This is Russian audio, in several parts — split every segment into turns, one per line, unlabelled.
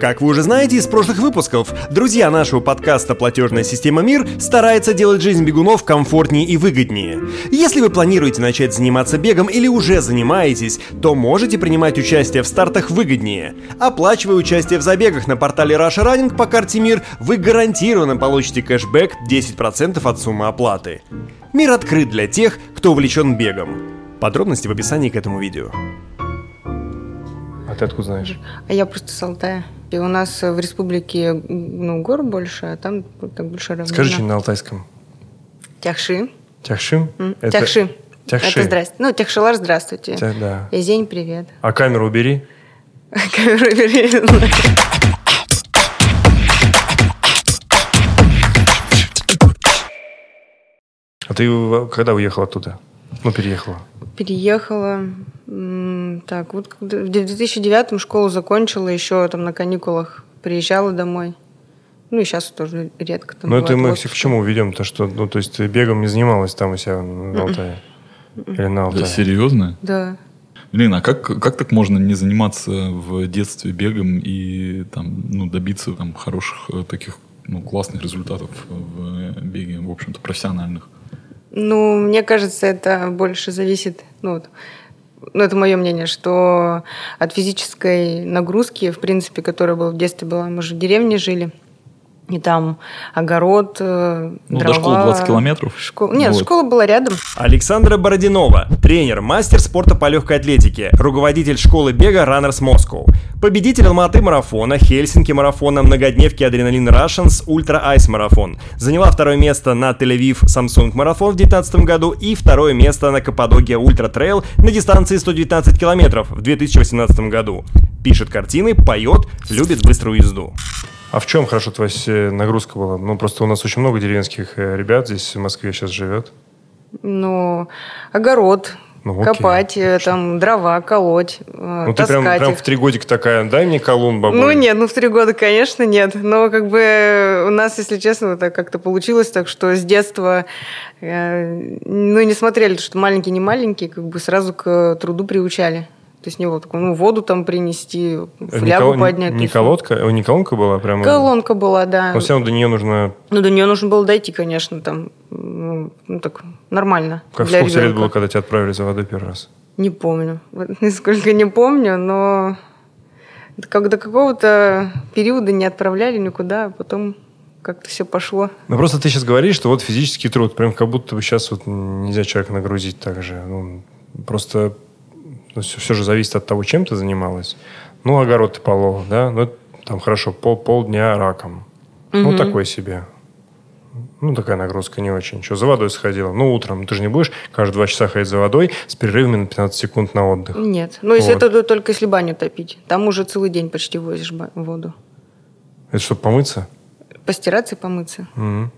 Как вы уже знаете из прошлых выпусков, друзья нашего подкаста «Платежная система МИР» старается делать жизнь бегунов комфортнее и выгоднее. Если вы планируете начать заниматься бегом или уже занимаетесь, то можете принимать участие в стартах выгоднее. Оплачивая участие в забегах на портале Russia Running по карте МИР, вы гарантированно получите кэшбэк 10% от суммы оплаты. МИР открыт для тех, кто увлечен бегом. Подробности в описании к этому видео.
А ты откуда знаешь?
А я просто с Алтая. И у нас в республике ну, гор больше, а там так больше равнина.
Скажи что на алтайском.
Тяхши.
Тяхшим?
М, Тяхши.
Тяхши.
Это здрасте. Ну, Тяхшилар, здравствуйте.
Тя- да.
Язень, привет.
А камеру убери.
Камеру перерезала.
А ты э, когда уехал оттуда? Ну, переехала.
Переехала. м, Так, вот когда- в 2009 школу закончила, еще там на каникулах приезжала домой. Ну и сейчас тоже редко там
Ну, это
бывает
мы
в
все к
отпуске.
чему ведем? То, что, ну, то есть ты бегом не занималась там у себя на Алтае? Или на
Да,
Алтае?
серьезно?
Да.
Блин, а как, как так можно не заниматься в детстве бегом и там, ну, добиться там хороших э, таких ну, классных результатов в э, беге, в общем-то, профессиональных?
Ну, мне кажется, это больше зависит, ну, вот, ну, это мое мнение, что от физической нагрузки, в принципе, которая была в детстве была, мы же в деревне жили, и там огород, э,
Ну,
дрова.
до школы 20 километров.
Школа- Нет,
Вот.
школа была рядом.
Александра Бородинова, тренер, мастер спорта по легкой атлетике, руководитель школы бега Runners Moscow, победитель Алматы марафона, Хельсинки марафона, многодневки Адреналин Russians, Ультра Айс марафон. Заняла второе место на Тель-Авив Samsung марафон в 2019 году и второе место на Каппадокия Ультра Трейл на дистанции 119 километров в 2018 году. Пишет картины, поет, любит быструю езду.
А в чем хорошо твоя э, нагрузка была? Ну, просто у нас очень много деревенских э, ребят здесь в Москве сейчас живет.
Ну, огород,
Ну, окей,
копать, э, там, дрова, колоть, э,
Ну, ты
таскать
прям, прям
их.
в три годика такая, дай мне колун, бабуль.
Ну нет, ну в три года, конечно, нет. Но как бы у нас, если честно, так как-то получилось так, что с детства, э, ну не смотрели, что маленький, не маленький, как бы сразу к труду приучали. То есть не было такого, ну воду там принести,
Э,
флягу
Николо-
поднять.
Не
то есть,
колодка? Э, Не колонка была? Прям,
ну, Колонка была, да.
Но все равно до нее нужно...
Ну до нее нужно было дойти, конечно, там, ну ну, так нормально
Как
для
сколько тебе лет
ребенка.
было, когда тебя отправили за водой первый раз?
Не помню. Вот Нисколько не помню, но как до какого-то периода не отправляли никуда, а потом как-то все пошло.
Ну, просто ты сейчас говоришь, что вот физический труд, прям как будто бы сейчас вот нельзя человека нагрузить так же. Ну, просто все, же зависит от того, чем ты занималась. Ну, огород ты полол, да? Ну, там хорошо, пол, полдня раком. Ну, такой себе. Ну, такая нагрузка не очень. Что, за водой сходила? Ну, утром. Ты же не будешь каждые два часа ходить за водой с перерывами на 15 секунд на отдых.
Нет. Ну, если
Вот.
это то- только если баню топить. Там уже целый день почти возишь ба- воду.
Это чтобы помыться?
Постираться и помыться.
Мгм.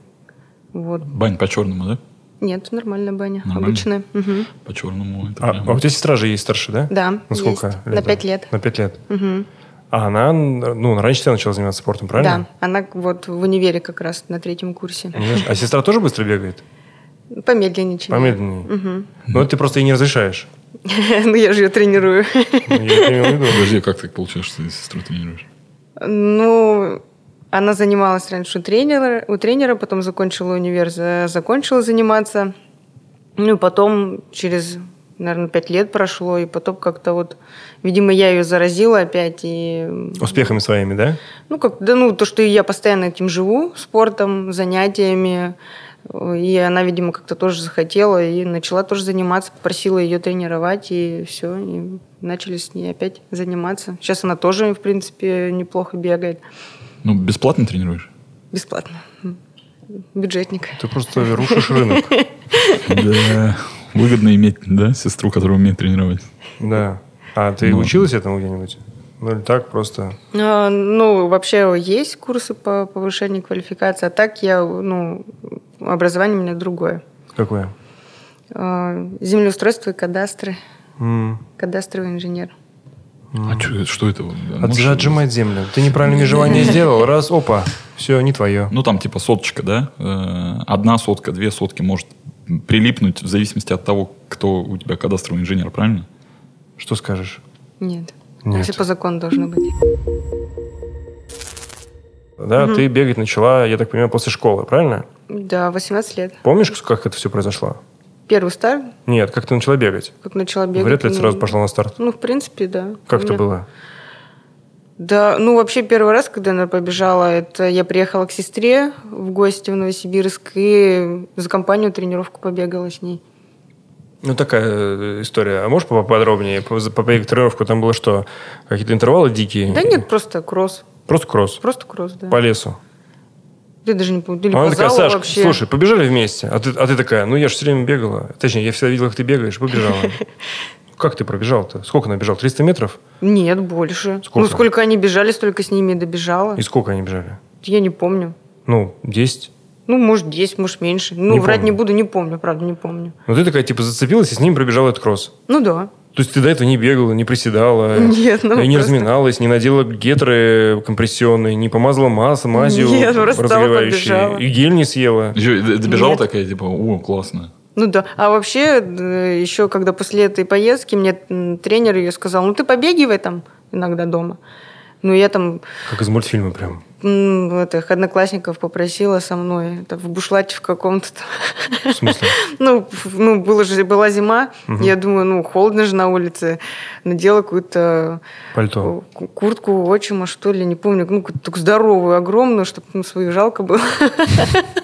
Вот.
Бань по-черному, да?
Нет, нормальная баня.
Нормально?
Обычная. Мгм.
По-черному. это
А,
прям-
а у тебя сестра же есть старше, да?
Да.
На сколько?
есть. На пять лет.
На пять лет.
Мгм.
А она, ну, раньше тебя начала заниматься спортом,
Да.
правильно?
Она вот в универе как раз на третьем курсе.
Понимаешь? А сестра тоже быстро бегает?
Помедленничает.
Помедленнее.
Мгм.
Но это ты просто ей не разрешаешь. Ну,
Ну, я же ее тренирую.
Я это имел в виду.
Подожди, а как так получилось, что ты сестру тренируешь?
Ну, она занималась раньше у тренера, у тренера потом закончила универ, за- закончила заниматься. Ну, и потом через, наверное, пять лет прошло, и потом как-то вот, видимо, я ее заразила опять. И,
Успехами своими, да?
ну, как, да, ну, то, что я постоянно этим живу, спортом, занятиями, э, и она, видимо, как-то тоже захотела, и начала тоже заниматься, попросила ее тренировать, и все, и начали с ней опять заниматься. Сейчас она тоже, в принципе, неплохо бегает.
Ну, бесплатно тренируешь?
Бесплатно. М. Бюджетник.
Ты просто рушишь рынок.
Да. Выгодно иметь, да, сестру, которая умеет тренировать.
Да. А ты
Ну.
училась этому где-нибудь? Ну, или так просто?
А, Ну, вообще есть курсы по повышению квалификации, а так я, ну, образование у меня другое.
Какое?
А, Землеустройство и кадастры,
М.
кадастровый инженер.
А чё- что это?
От-
Можешь-
Отжимать землю. Ты неправильное межевание сделал, раз, опа, все, не твое.
Ну, там типа соточка, да? Э, Одна сотка, две сотки может прилипнуть в зависимости от того, кто у тебя кадастровый инженер, правильно?
Что скажешь?
Нет.
Нет.
Все по закону должно быть.
Да, ты бегать начала, я так понимаю, после школы, правильно?
Да, 18 лет.
Помнишь, как это все произошло?
Первый старт,
Нет, как ты начала бегать?
как начала бегать.
Вряд ли ты
ну,
сразу пошла на старт.
Ну, в принципе, да.
Как
У
это
меня-
было?
Да, ну вообще первый раз, когда я побежала, это я приехала к сестре в гости в Новосибирск и за компанию тренировку побегала с ней.
Ну, такая э, история. А можешь поподробнее? По, за- по бегу тренировку там было что? Какие-то интервалы дикие?
Да нет, просто кросс.
Просто кросс.
Просто кросс, да.
По лесу.
Ты даже не помню. Или
А
по
она такая,
залу
Саш,
вообще.
слушай, побежали вместе. А ты, а ты такая, ну я же все время бегала. Точнее, я всегда видела, как ты бегаешь, побежала. Ну, Как ты пробежал-то? Сколько она бежала? 300 метров?
Нет, больше.
Сколько?
Ну, сколько они бежали, столько с ними и добежала.
И сколько они бежали?
Я не помню.
Ну, 10.
Ну, может, 10, может, меньше. Ну,
Не
врать
помню.
не буду, не помню, правда, не помню.
Ну ты такая, типа, зацепилась и с ним пробежала этот кросс.
Ну да.
То есть ты до этого не бегала, не приседала,
Нет, ну
и Э, не
просто-
разминалась, не надела гетры компрессионные, не помазала мазь, мазью
Нет, просто встала,
разогревающей,
побежала.
и гель не съела.
Еще и д- добежала
Нет.
такая, типа, о, классно.
Ну да. А вообще, э, еще когда после этой поездки мне м, тренер ее сказал, ну ты побегивай там иногда дома. Ну я там
Как из мультфильма прям.
м, этих одноклассников попросила со мной это, в бушлате в каком-то там.
В смысле?
Ну, ф- ну было же, была зима, я думаю, ну холодно же на улице. Надела какую-то э,
Пальто.
ку- куртку отчима, что ли, не помню, ну, какую-то такую здоровую, огромную, чтобы ну, свою жалко было,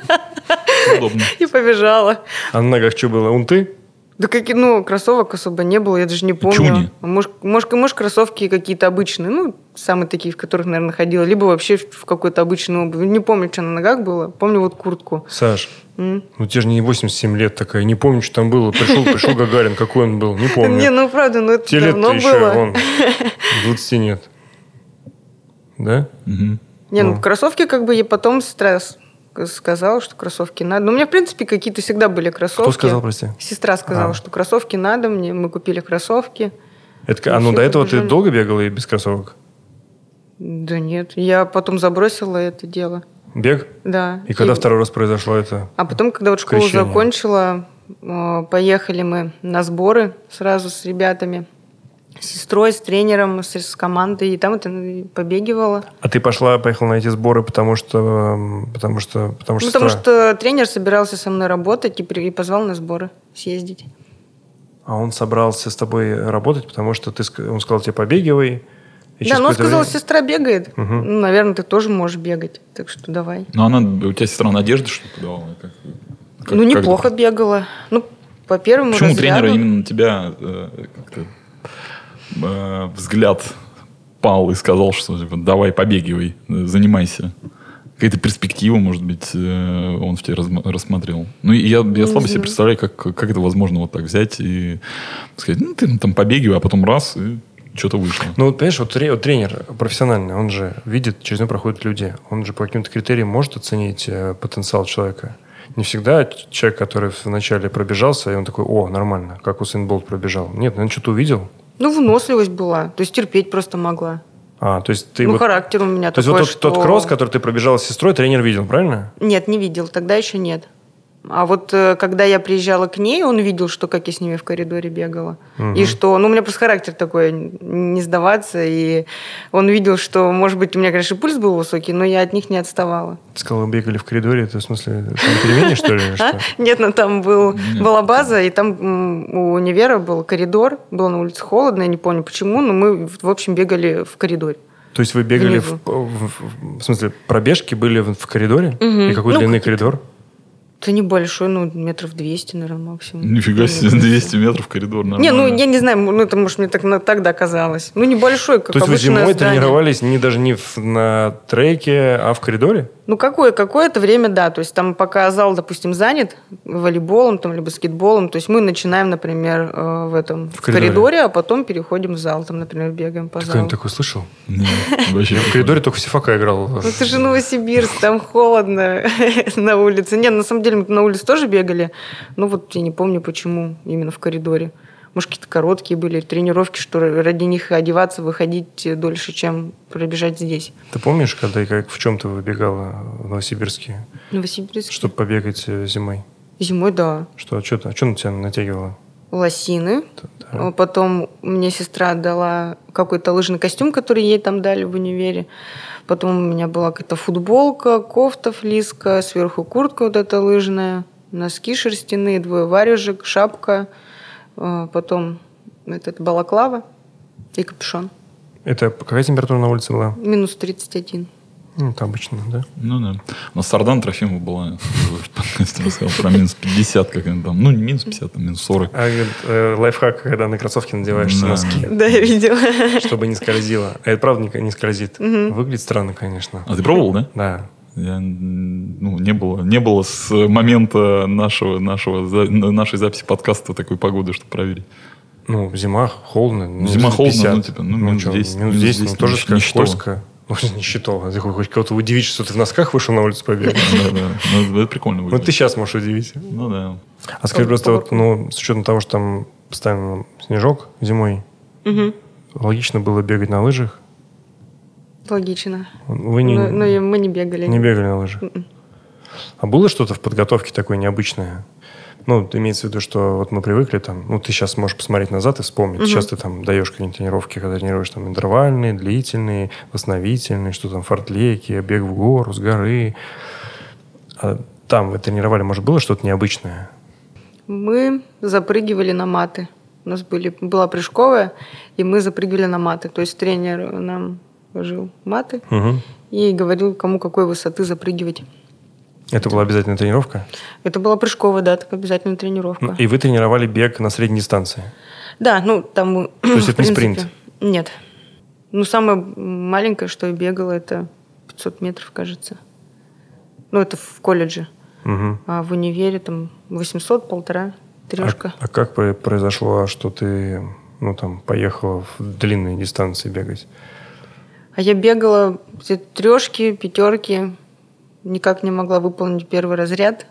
Удобно.
и побежала.
А на ногах что было? Унты?
Да какие, ну, кроссовок особо не было, я даже не помню.
Чуни.
Может, может, может, кроссовки какие-то обычные, ну, самые такие, в которых, наверное, ходила, либо вообще в в какую-то обычную обувь. Не помню, что на ногах было, помню вот куртку.
Саш,
М.
ну тебе же не 87 лет такая, не помню, что там было. Пришел, пришел Гагарин, какой он был, не
Не,
помню.
ну, правда, ну, это
Тебе лет-то
давно
еще,
было.
вон, 20 нет. Да?
Мгм.
Не, ну,
Ну.
кроссовки как бы я потом сестра с- сказала, что кроссовки надо. Ну, у меня, в принципе, какие-то всегда были кроссовки.
Кто сказал, прости?
Сестра сказала,
А.
что кроссовки надо мне, мы купили кроссовки.
Это, а ну
Вообще
до этого ты
побежали.
долго бегала и без кроссовок?
Да нет, я потом забросила это дело.
Бег?
Да.
И когда второй раз произошло это?
А потом, когда вот школу
Крещение.
закончила, э, поехали мы на сборы сразу с ребятами, с сестрой, с тренером, с, с командой, и там это ну, и побегивала.
А ты пошла, поехала на эти сборы, потому что... м, Потому что... Потому что...
Ну, потому
сестра?
что тренер собирался со мной работать и, при- и позвал на сборы съездить.
А он собрался с тобой работать, потому что ты... ск- Он сказал тебе, побегивай. и через
да, но он
какое-то
сказал,
время-
сестра бегает.
Мгм.
Ну, наверное, ты тоже можешь бегать, так что давай.
Ну, она, у тебя сестра Надежда что-то давала? Как- как-
ну,
как-
неплохо бегала. Ну, по первому
Почему
разряду.
тренера именно на тебя э, как-то э, взгляд пал и сказал, что типа, давай побегивай, э, занимайся? Какая-то перспектива, может быть, э, он в тебе разм- рассмотрел. Ну, и я, я слабо себе представляю, как, как это возможно вот так взять и сказать, ну, ты там побегивай, а потом раз, и что-то вышло.
Ну, вот, понимаешь, вот, тре- вот тренер профессиональный, он же видит, через него проходят люди. Он же по каким-то критериям может оценить э, потенциал человека. Не всегда ч- человек, который вначале пробежался, и он такой, о, нормально, как Усейн Болт пробежал. Нет, ну, он что-то увидел.
Ну, выносливость была. То есть терпеть просто могла.
А, то есть ты
ну,
вот...
характер у меня
То есть
такой,
вот тот,
что...
тот кросс, который ты пробежал с сестрой, тренер видел, правильно?
Нет, не видел, тогда еще нет. А вот э, когда я приезжала к ней, он видел, что как я с ними в коридоре бегала. И что, ну, у меня просто характер такой, н- не сдаваться. И он видел, что, может быть, у меня, конечно, и пульс был высокий, но я от них не отставала.
Ты сказал, вы бегали в коридоре, это в смысле там пельмени, что ли? или
А?
что?
Нет, но там был,
Нет.
была база, и там м, у универа был коридор, было на улице холодно, я не помню почему, но мы, в в общем, бегали в коридоре.
То есть вы бегали, в,
Внизу.
в- в смысле, пробежки были в, в коридоре? И какой
Ну,
длинный коридор?
Это небольшой, ну, метров 200, наверное, максимум.
Нифига себе,
Не,
200 метров коридор,
Не, ну
нормально.
я не знаю, ну это может мне так на- тогда казалось. Ну небольшой, как
То есть вы
обычное
зимой
здание.
тренировались не даже не в- на треке, а в коридоре?
Ну какое какое-то время, да, то есть там пока зал, допустим, занят волейболом там либо баскетболом, то есть мы начинаем, например, э, в этом в,
коридоре.
коридоре. а потом переходим в зал, там, например, бегаем по
Ты
залу.
когда-нибудь такое слышал?
Нет, вообще
В коридоре только в Сифака играл.
Ну ты же Новосибирск, там холодно на улице. Не, на самом деле мы на улице тоже бегали, ну вот я не помню почему именно в коридоре. Может, какие-то короткие были тренировки, что ради них одеваться, выходить дольше, чем пробежать здесь.
Ты помнишь, когда и как в чем ты выбегала в Новосибирске,
Новосибирск.
чтобы побегать э, зимой? а
Зимой, да.
Что, что, что на тебя натягивало?
лосины.
Да.
А Потом мне сестра дала какой-то лыжный костюм, который ей там дали в универе. Потом у меня была какая-то футболка, кофта флиска, сверху куртка вот эта лыжная, носки шерстяные, двое варежек, шапка, э, потом этот балаклава и капюшон.
Это какая температура на улице была?
Минус 31.
Ну, это обычно, да?
Ну да. У нас Сардан Трофимова была в подкасте рассказал про минус 50, как она там. Ну, не минус 50, а минус 40.
А э, лайфхак, когда на кроссовки надеваешь
Да.
носки,
Да, я видела.
чтобы не скользило. А это правда не, не скользит. Выглядит странно, конечно.
А ты пробовал, да?
Да.
Я, м, ну, не было, не было с момента нашего, нашего, за- нашей записи подкаста такой погоды, чтобы проверить.
Ну, зима холодно. минус
Зима холодно,
50.
ну, типа, ну, минус
чё,
10,
Минус
минус
10, ну,
10,
тоже
нич-
скажешь,
ничто.
скользко. Ну, не считал. Ты хоть- хоть кого-то удивишь, что ты в носках вышел на улицу побегал.
Да, да. Ну, это прикольно
Ну, ты
выглядит.
сейчас можешь удивить.
Ну, да.
А скажи просто, вот, ну, с учетом того, что там постоянно снежок зимой,
Мгм.
логично было бегать на лыжах.
Логично.
Вы не,
Но но и мы не бегали.
не бегали на лыжах.
Мгм.
А было что-то в подготовке такое необычное? Ну, имеется в виду, что вот мы привыкли там, ну, ты сейчас можешь посмотреть назад и вспомнить. Сейчас ты там даешь какие-нибудь тренировки, когда тренируешь там интервальные, длительные, восстановительные, что там, фортлеки, бег в гору, с горы. А там вы тренировали, может, было что-то необычное?
Мы запрыгивали на маты. У нас были, была прыжковая, и мы запрыгивали на маты. То есть тренер нам жил маты
Мгм.
и говорил, кому какой высоты запрыгивать.
Это была обязательная тренировка?
Это была прыжковая, да, так обязательно тренировка.
Ну, И вы тренировали бег на средней дистанции?
Да, ну там... мы,
То есть это
в
не
принципе,
спринт?
Нет. Ну, самое маленькое, что я бегала, это 500 метров, кажется. Ну, это в колледже.
Мгм.
А в универе там 800, полтора,
А,
трешка.
а как про- произошло, что ты, ну, там, поехала в длинные дистанции бегать?
А я бегала трешки, пятерки, никак не могла выполнить первый разряд.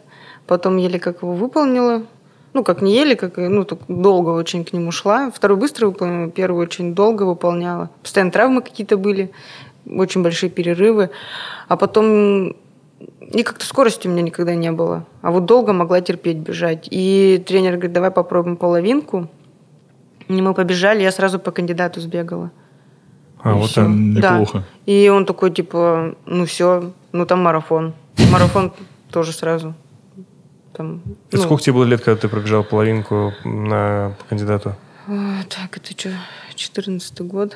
Потом еле как его выполнила. Ну, как не еле, как ну, так долго очень к нему шла. Второй быстро выполнила, первый очень долго выполняла. Постоянно травмы какие-то были, очень большие перерывы. А потом и как-то скорости у меня никогда не было. А вот долго могла терпеть бежать. И тренер говорит, давай попробуем половинку. И мы побежали, я сразу по кандидату сбегала.
А,
Ну,
вот
всё,
так.
Да.
неплохо.
И он такой, типа, ну все, ну там марафон. Марафон тоже сразу. Там, ну,
Сколько тебе было лет, когда ты пробежал половинку на по кандидату?
э, Так, это что, 14 год?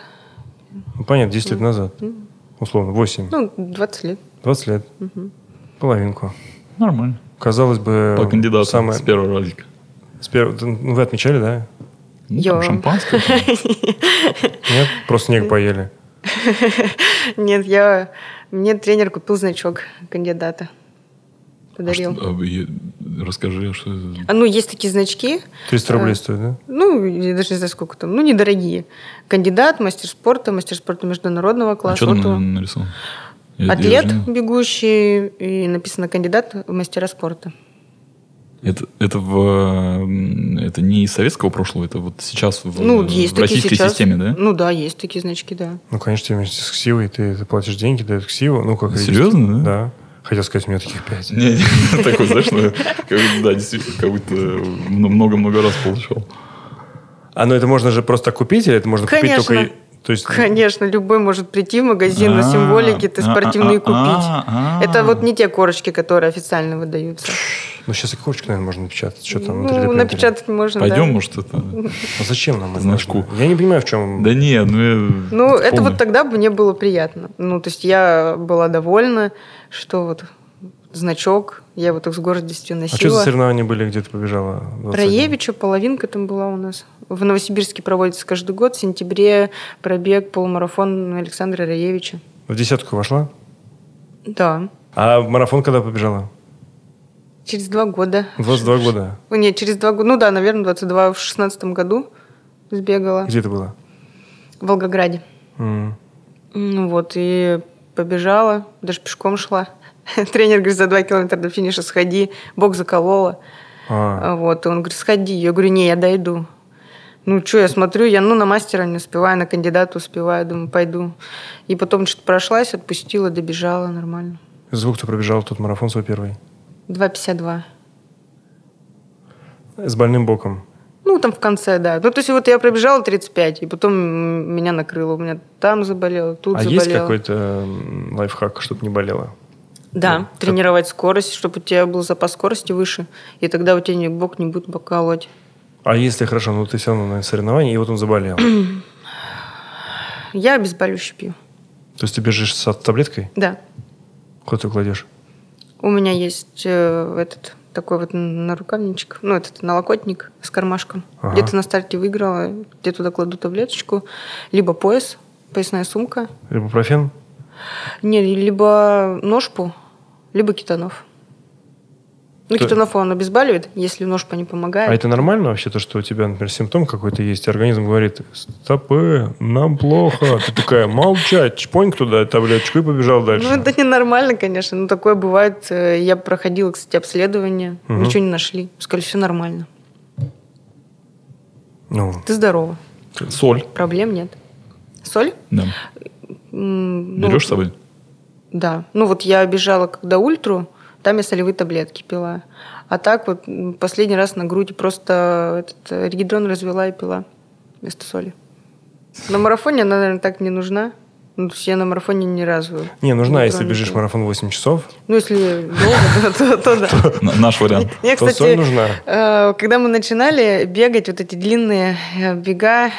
Ну, понятно, 10 лет назад.
Мгм.
Условно, 8.
Ну, 20 лет.
20 лет.
Мгм.
Половинку.
Нормально. Э,
Казалось бы...
По кандидату
самое-
с первого разика.
с первого- Ну, вы отмечали, да?
Ну,
Йо.
там шампанское. там.
Нет? Просто снег поели.
Нет, я... Мне тренер купил значок кандидата.
А
Подарил.
что- а, и- Расскажи, что... это?
А ну, есть такие значки,
300 рублей стоит, да?
ну, я даже не знаю, сколько там, ну, недорогие. Кандидат, мастер спорта, мастер спорта международного
А
класса.
что там
Вот он.
на- нарисовано? Я- я
Атлет
даже не-
бегущий, и написано кандидат в мастера спорта.
Это, это, в, м, это не из советского прошлого, это вот сейчас в,
ну,
в
есть такие
российской
сейчас.
системе, да?
Ну да, есть такие значки, да.
Ну, конечно, тебе вместе с ксивой ты, ты платишь деньги, дают ксиву. Ну, как и есть.
Серьезно, да?
Да. Хотел сказать, у меня таких 5.
Не, не, такой, знаешь, ну, как- да, действительно, как будто мно- много-много раз получал.
А ну это можно же просто купить, или это можно
Конечно.
купить только... и- То есть...
Конечно, любой может прийти в магазин на
А,
символике, ты спортивные
а, а,
купить.
а, а.
Это вот не те корочки, которые официально выдаются.
Ну сейчас и корочку, наверное, можно напечатать. Что там на 3D
Ну,
принтере.
напечатать можно,
Пойдем,
да.
может, это...
А зачем нам это
Значку.
нужно? Я не понимаю, в А чем...
Да не, ну... я-
Ну, это
помню.
вот тогда бы мне было приятно. Ну, то есть я была довольна, что вот значок, я его так с гордостью
а что за
носила.
соревнования были, где ты побежала? 21?
Раевича половинка там была у нас. В Новосибирске проводится каждый год. В сентябре пробег полумарафон Александра Раевича.
В десятку вошла?
Да.
А в марафон когда побежала?
Через два года.
22 года.
Ой, Нет, через два года. Ну да, наверное, 22 в шестнадцатом году сбегала
Где это было?
в Волгограде.
М.
Ну вот, и побежала, даже пешком шла. Тренер говорит, за два километра до финиша сходи, бок заколола.
А,
А Вот, и он говорит, сходи. Я говорю, не, я дойду. Ну, что, я смотрю, я ну на мастера не успеваю, на кандидата успеваю, думаю, пойду. И потом что-то прошлась, отпустила, добежала нормально.
звук ты пробежал тот марафон свой первый.
2,52.
С больным боком.
Ну, там в конце, да. Ну, то есть вот я пробежала 35, и потом м, меня накрыло. У меня там заболело, тут
а
заболело.
есть какой-то м, лайфхак, чтобы не болело?
Да,
Ну, как-
тренировать скорость, чтобы у тебя был запас скорости выше, и тогда у тебя не- бок не будет бокалоть.
А если хорошо, ну ты все равно на соревновании, и вот он заболел.
Я обезболивающий пью.
То есть ты бежишь с таблеткой,
Да.
куда ты кладешь?
У меня есть э, этот такой вот нарукавничек, ну, этот налокотник с кармашком.
Ага.
Где-то на старте выиграла, я туда кладу таблеточку, либо пояс, поясная сумка,
Либо
не, либо ножпу, либо кетанов. Ну,
То-
кетанов он обезболивает, если ножпа не помогает.
А это нормально вообще, то, что у тебя, например, симптом какой-то есть, и организм говорит, стопы, нам плохо. Ты такая, молчать, чпонь туда таблеточку и побежал дальше.
Ну, это ненормально, конечно. Но такое бывает. Э, Я проходила, кстати, обследование.
Мгм.
Ничего не нашли. Сказали, все нормально.
Ну,
Ты здорова.
Соль.
Проблем нет. Соль?
Да.
М, ну,
Берешь с собой?
Да. Ну, вот я бежала когда ультру, там я солевые таблетки пила. А так вот м, последний раз на груди просто этот э, регидрон развела и пила вместо соли. На марафоне она, наверное, так не нужна. Ну, то есть я на марафоне ни разу.
не, нужна,
не
если
тронула.
бежишь марафон 8 часов,
Ну, если долго, то- то- то да.
Н- Наш вариант.
Я,
то
кстати,
соль нужна.
Э, Когда мы начинали бегать, вот эти длинные э, бега,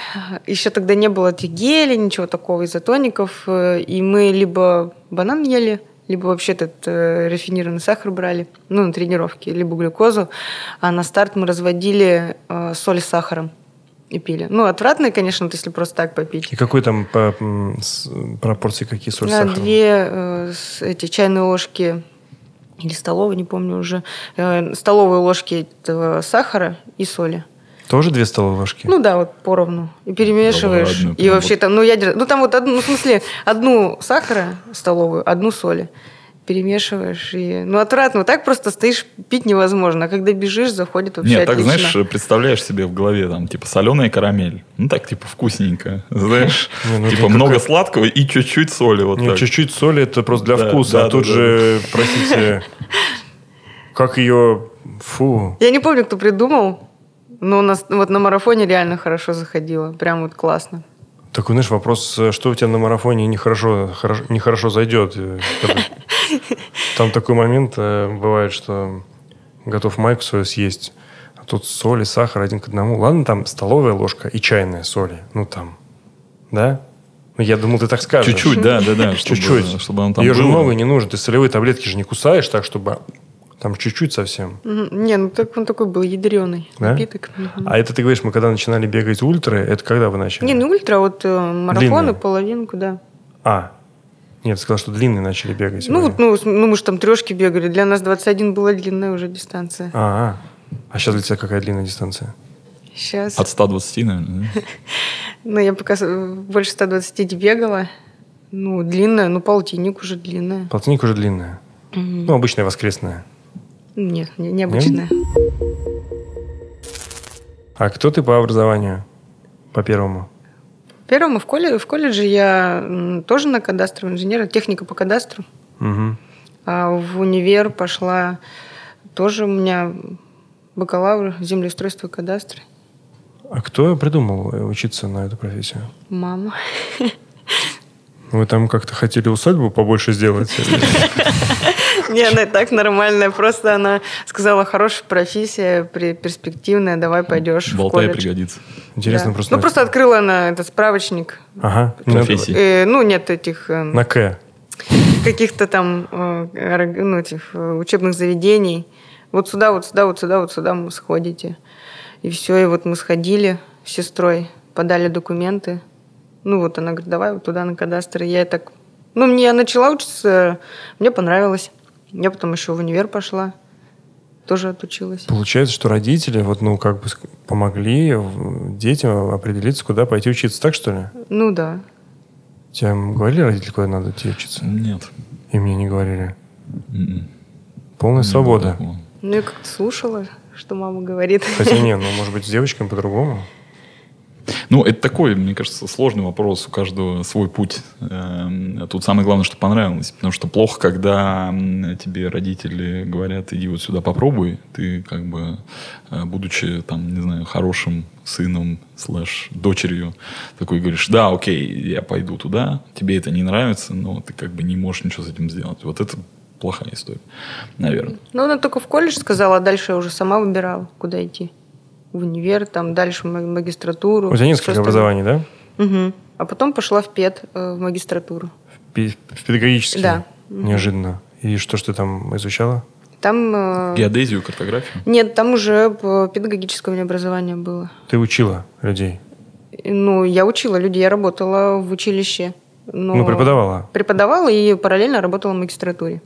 еще тогда не было этих гелей, ничего такого, изотоников, э, и мы либо банан ели, либо вообще этот э, рафинированный сахар брали, ну, на тренировке, либо глюкозу, а на старт мы разводили э, соль с сахаром и пили. Ну, отвратно, конечно, вот если просто так попить.
И какой там по, м, с- пропорции, какие соль с
А,
сахаром?
Две э, с- эти чайные ложки или столовые, не помню уже, э, столовые ложки этого сахара и соли.
Тоже две столовые ложки?
Ну да, вот поровну. И перемешиваешь.
Да ладно,
и
прям
вообще
вот.
там, ну, ядер... Ну, там вот одну, ну, в смысле, одну сахара столовую, одну соли. Перемешиваешь. И... Ну, отвратно. Вот так просто стоишь, пить невозможно. А когда бежишь, заходит вообще
Нет, так,
отлично.
знаешь, э, представляешь себе в голове, там, типа, соленая карамель. Ну, так, типа, вкусненько, знаешь.
Не, ну,
Типа,
это
много
как-
сладкого и чуть-чуть соли, вот
Не,
так.
чуть-чуть соли это просто для
Да,
вкуса,
да,
а
да,
тут
да.
же, простите, как ее, фу.
Я не помню, кто придумал, но у нас вот на марафоне реально хорошо заходило. Прям вот классно.
Такой, знаешь, вопрос, э, что у тебя на марафоне нехорошо, хорошо, нехорошо зайдет. э, когда- Там такой момент э, бывает, что готов майку свою съесть, а тут соль и сахар один к одному. Ладно, там столовая ложка и чайная соли, ну там, да? Ну, я думал, ты так скажешь.
Чуть-чуть, да, да, да. чтобы-
Чуть-чуть.
Чтобы он там
Ее же
было.
много не нужно. Ты солевые таблетки же не кусаешь так, чтобы там чуть-чуть совсем.
Мгм. Не, ну так он такой был ядреный
Да?
напиток. Мгм.
А это ты говоришь, мы когда начинали бегать ультры, это когда вы начали?
Не, ну ультра, вот э, марафоны,
Длинные.
половинку, да.
А, нет, ты сказал, что длинные начали бегать.
Ну
вы.
вот, ну, с- ну мы же там трешки бегали. Для нас 21 была длинная уже дистанция.
А, а. а сейчас для тебя какая длинная дистанция? А
Сейчас.
От 120, наверное. да?
Ну, я пока с- больше 120 не бегала. Ну, длинная, ну, полтинник уже длинная.
Полтинник уже длинная. Ну, обычная воскресная.
Нет, не- необычная.
А кто ты по образованию? По первому.
Первому в, колле- в колледже я м, тоже на кадастровом инженера, техника по кадастру.
Мгм.
А в универ пошла тоже у меня бакалавр землеустройство и кадастр.
А кто придумал э, учиться на эту профессию?
Мама.
Вы там как-то хотели усадьбу побольше сделать?
Не, она и так нормальная. Просто она сказала, хорошая профессия, при- перспективная, давай пойдешь в
Болтай
колледж.
пригодится.
Интересно
Да.
просто.
Ну,
на-
просто открыла она этот справочник.
Ага.
Профессии.
Э, ну, нет этих э,
На К.
каких-то там э, орг- ну, этих, э, учебных заведений. Вот сюда, вот сюда, вот сюда, вот сюда мы сходите. И все, и вот мы сходили с сестрой, подали документы. Ну вот она говорит, давай вот туда на кадастр. И я и так... Ну, мне я начала учиться, мне понравилось. Я потом еще в универ пошла, тоже отучилась.
Получается, что родители вот, ну, как бы ск- помогли в- детям определиться, куда пойти учиться, так что ли?
Ну да.
Тебе говорили родители, куда надо идти учиться?
Нет.
И мне не говорили.
М-м.
Полная
Не было
свобода.
такого.
Ну, я как-то слушала, что мама говорит.
Хотя не, ну, может быть, с девочками по-другому.
Ну, это такой, мне кажется, сложный вопрос. У каждого свой путь. Эм, Тут самое главное, что понравилось. Потому что плохо, когда м, тебе родители говорят, иди вот сюда попробуй. Ты как бы, э, будучи там, не знаю, хорошим сыном слэш дочерью, такой говоришь, да, окей, я пойду туда. Тебе это не нравится, но ты как бы не можешь ничего с этим сделать. Вот это плохая история, наверное.
Ну, она только в колледж сказала, а дальше я уже сама выбирала, куда идти. В универ, там, дальше в ма- магистратуру.
У тебя несколько
Всё остальное.
образований, да?
Мгм. А потом пошла в ПЕД, э, в магистратуру.
Пе- В педагогические?
Да.
Неожиданно. И что ж ты там изучала?
Там... э,
Геодезию, картографию.
Нет, там уже э, педагогическое у меня образование было.
Ты учила людей,
И, Ну, я учила людей, я работала в училище. Но...
ну преподавала.
Преподавала и параллельно работала в магистратуре.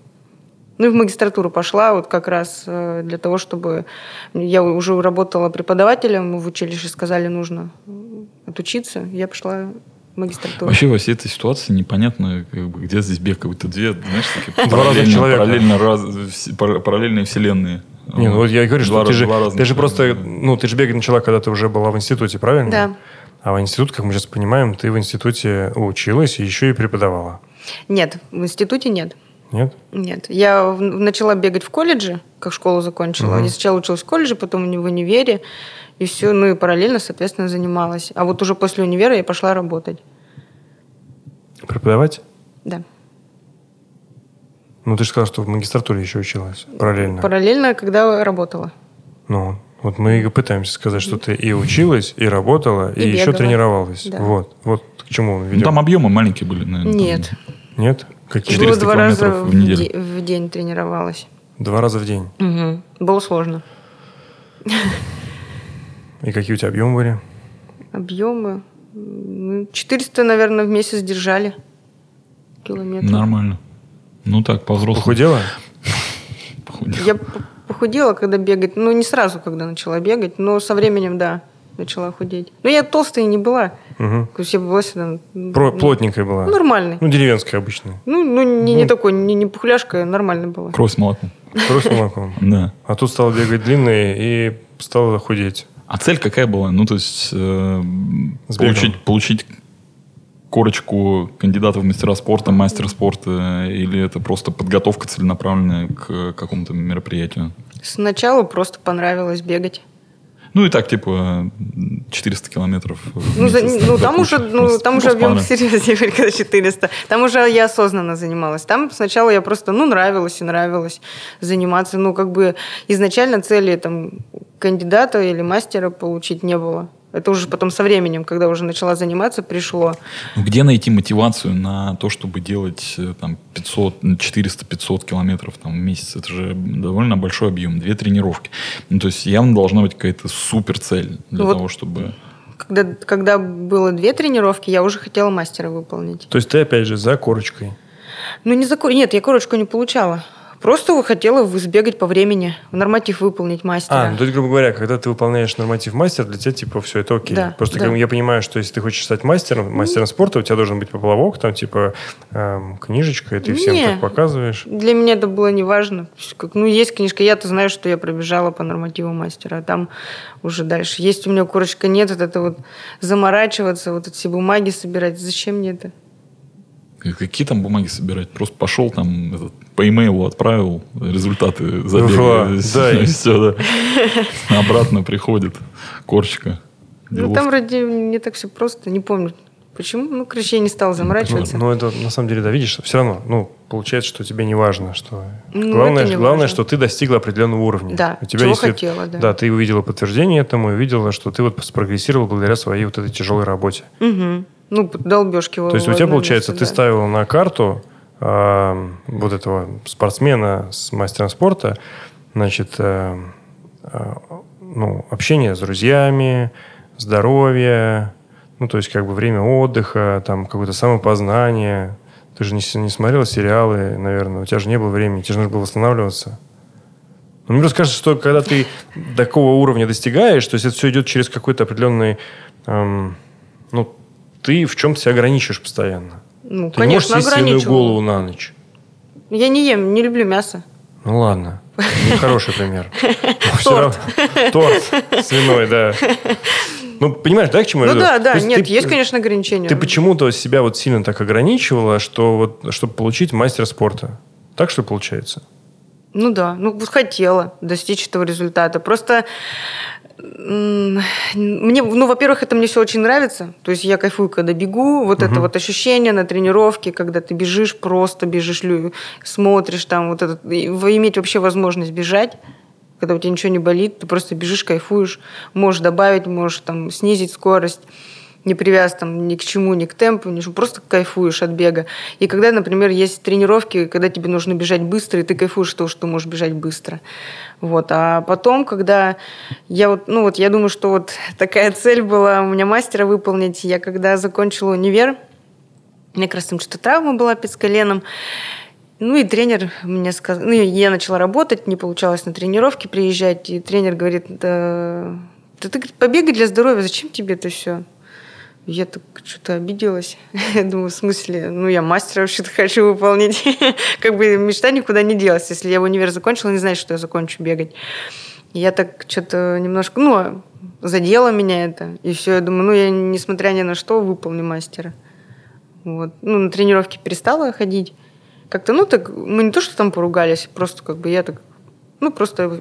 Ну и в магистратуру пошла вот как раз э, для того, чтобы... Я уже работала преподавателем в училище, сказали, нужно м, отучиться. Я пошла в магистратуру.
Вообще во всей этой ситуации непонятно, как бы, где здесь бег какой-то две, знаешь, такие
Два разных
параллельно-
человека.
параллельно раз- вс- пар- параллельные вселенные.
Не, ну вот я и говорю,
Два
что ты
раз-
же,
два разных
ты же просто,
человека.
ну, ты же бегать начала, когда ты уже была в институте, правильно?
Да.
А в институт, как мы сейчас понимаем, ты в институте училась и еще и преподавала.
Нет, в институте нет.
Нет?
Нет. Я в- начала бегать в колледже, как школу закончила.
Мгм.
Я сначала училась в колледже, потом уни- в универе, и все. Ну и параллельно, соответственно, занималась. А вот уже после универа я пошла работать.
Преподавать?
Да.
Ну, ты же сказал, что в магистратуре еще училась параллельно.
Параллельно, когда работала.
Ну, вот мы и пытаемся сказать, что ты и училась, и работала, и,
И
еще
бегала.
тренировалась.
Да.
Вот, вот к чему он
Ну,
ведет.
там объемы маленькие были, наверное. там.
Нет.
Нет? Какие?
Четыре.
Было
400
два раза
километров в
в,
неделю.
де- в день тренировалась.
Два раза в день.
Было сложно.
И какие у тебя объемы были?
Объемы. м, 400, наверное, в месяц держали километров.
Нормально. Ну так, по-взрослому.
Похудела?
Похудел.
Я п- похудела, когда бегать. Ну, не сразу, когда начала бегать, но со временем, да, начала худеть. Но я толстая не была.
Угу.
То есть я была всегда... м,
Про-
ну,
плотненькая была.
Нормальной.
Ну, деревенская обычная.
Ну, ну не, не
Ну.
такой, не, не пухляшка, а нормально была.
Кровь с молоком.
Кровь с молоком.
Да.
А тут стала бегать длинные и стала худеть.
А цель какая была? Ну, то есть э, м,
С бегом.
получить, получить корочку кандидата в мастера спорта, мастер спорта, или это просто подготовка целенаправленная к э, какому-то мероприятию?
Сначала просто понравилось бегать.
Ну и так, типа, 400 километров. в
Ну, за-
месяц,
ну,
да,
там уже,
получится.
ну,
Просто-
там уже
просто
объем
понравилось.
серьезнее, когда 400. Там уже я осознанно занималась. Там сначала я просто, ну, нравилось и нравилось заниматься. Ну, как бы изначально цели там кандидата или мастера получить не было. Это уже потом со временем, когда уже начала заниматься, пришло.
Ну, Где найти мотивацию на то, чтобы делать э, там 500, ну, 400-500 километров там, в месяц? Это же довольно большой объем, две тренировки. Ну, то есть явно должна быть какая-то супер цель для
Вот.
того, чтобы...
Когда, когда было две тренировки, я уже хотела мастера выполнить.
То есть ты, опять же, за корочкой.
Ну, не за... ко- Нет, я корочку не получала. Просто хотела сбегать по времени, норматив выполнить мастера.
А, ну, то есть, грубо говоря, когда ты выполняешь норматив мастер, для тебя, типа, все, это окей.
Да,
Просто
да.
как бы, я понимаю, что если ты хочешь стать мастером, мастером спорта, у тебя должен быть поплавок, там, типа, эм, книжечка, и ты всем
Не.
так показываешь.
Для меня это было не важно. Как, ну, есть книжка, я-то знаю, что я пробежала по нормативу мастера, а там уже дальше. Есть у меня корочка, нет, вот это вот заморачиваться, вот эти все бумаги собирать. Зачем мне это?
Э, Какие там бумаги собирать? Просто пошел там этот, по имейлу отправил результаты забега.
Ага,
И
да.
Все, да. Обратно приходит корчика.
Ну, там вроде не так все просто, не помню. Почему? Ну, короче, я не стала
Ну,
заморачиваться.
ну, это, на самом деле, да, видишь, все равно, ну, получается, что тебе не важно, что...
Ну,
главное,
это не
главное
важно.
что ты достигла определенного уровня.
Да,
у тебя
чего
если-
хотела, да.
Да, ты увидела подтверждение этому, и увидела, что ты вот спрогрессировала благодаря своей вот этой тяжелой работе.
Мгм. Ну, долбежки
То есть у тебя, получается, ты ставила на карту э, вот этого спортсмена с мастером спорта, значит, э, э, ну, общение с друзьями, здоровье, ну, то есть как бы время отдыха, там какое-то самопознание. Ты же не, с- не смотрела сериалы, наверное, у тебя же не было времени, тебе же нужно было восстанавливаться. Ну, мне просто кажется, что когда ты такого уровня достигаешь, то есть это все идет через какой-то определенный... эм, ну, ты в чем-то себя ограничиваешь постоянно.
Ну,
Ты не можешь
конечно,
съесть свиную
ограничивала.
голову на ночь.
Я не ем, не люблю мясо.
Ну ладно. Хороший пример. Ну,
Торт.
Торт свиной, да. Ну, понимаешь, да, к чему я
Ну
веду?
да, да,
То есть
нет,
ты-
есть, конечно, ограничения.
Ты почему-то себя вот сильно так ограничивала, что вот, чтобы получить мастер спорта. Так что ли получается?
Ну да, ну вот хотела достичь этого результата. Просто м, мне, ну, во-первых, это мне все очень нравится. То есть я кайфую, когда бегу. Вот это вот ощущение на тренировке, когда ты бежишь, просто бежишь, лю- смотришь там вот этот, и во- иметь вообще возможность бежать когда у тебя ничего не болит, ты просто бежишь, кайфуешь, можешь добавить, можешь там снизить скорость, не привяз там ни к чему, ни к темпу, ни к чему, просто кайфуешь от бега. И когда, например, есть тренировки, когда тебе нужно бежать быстро, и ты кайфуешь то, что ты можешь бежать быстро. Вот. А потом, когда я вот, ну вот, я думаю, что вот такая цель была у меня мастера выполнить. Я когда закончила универ, мне как раз там что-то травма была перед коленом. Ну и тренер мне сказал, ну и я начала работать, не получалось на тренировки приезжать, и тренер говорит, да, да ты говорит, побегай для здоровья, зачем тебе это все? Я так что-то обиделась. Я думаю, в смысле, ну я мастера вообще-то хочу выполнить. как бы мечта никуда не делась. Если я универ закончила, не значит, что я закончу бегать. И Я так что-то немножко, ну, задело меня это. И все, я думаю, ну я, несмотря ни на что, выполню мастера. Вот. Ну, на тренировки перестала ходить. Как-то, ну, так мы не то, что там поругались, просто как бы я так, ну, просто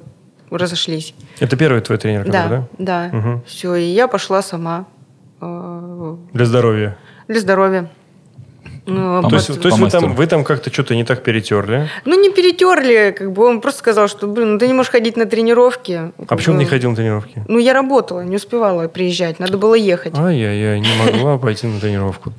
разошлись.
Это первый твой тренер, как бы,
Да,
да?
да.
Мгм.
Все, и я пошла сама э,
Для здоровья.
для здоровья. Ну,
Там
А, То
вот.
есть, то есть
По
вы, там,
мастеру.
вы там как-то что-то не так перетерли.
Ну, не перетерли, как бы он просто сказал, что, блин, ну, ты не можешь ходить на тренировки.
А
Как
почему
бы,
ты не ходил на тренировки?
Ну, я работала, не успевала приезжать, надо было ехать.
Ай-яй-яй, не могла пойти на тренировку.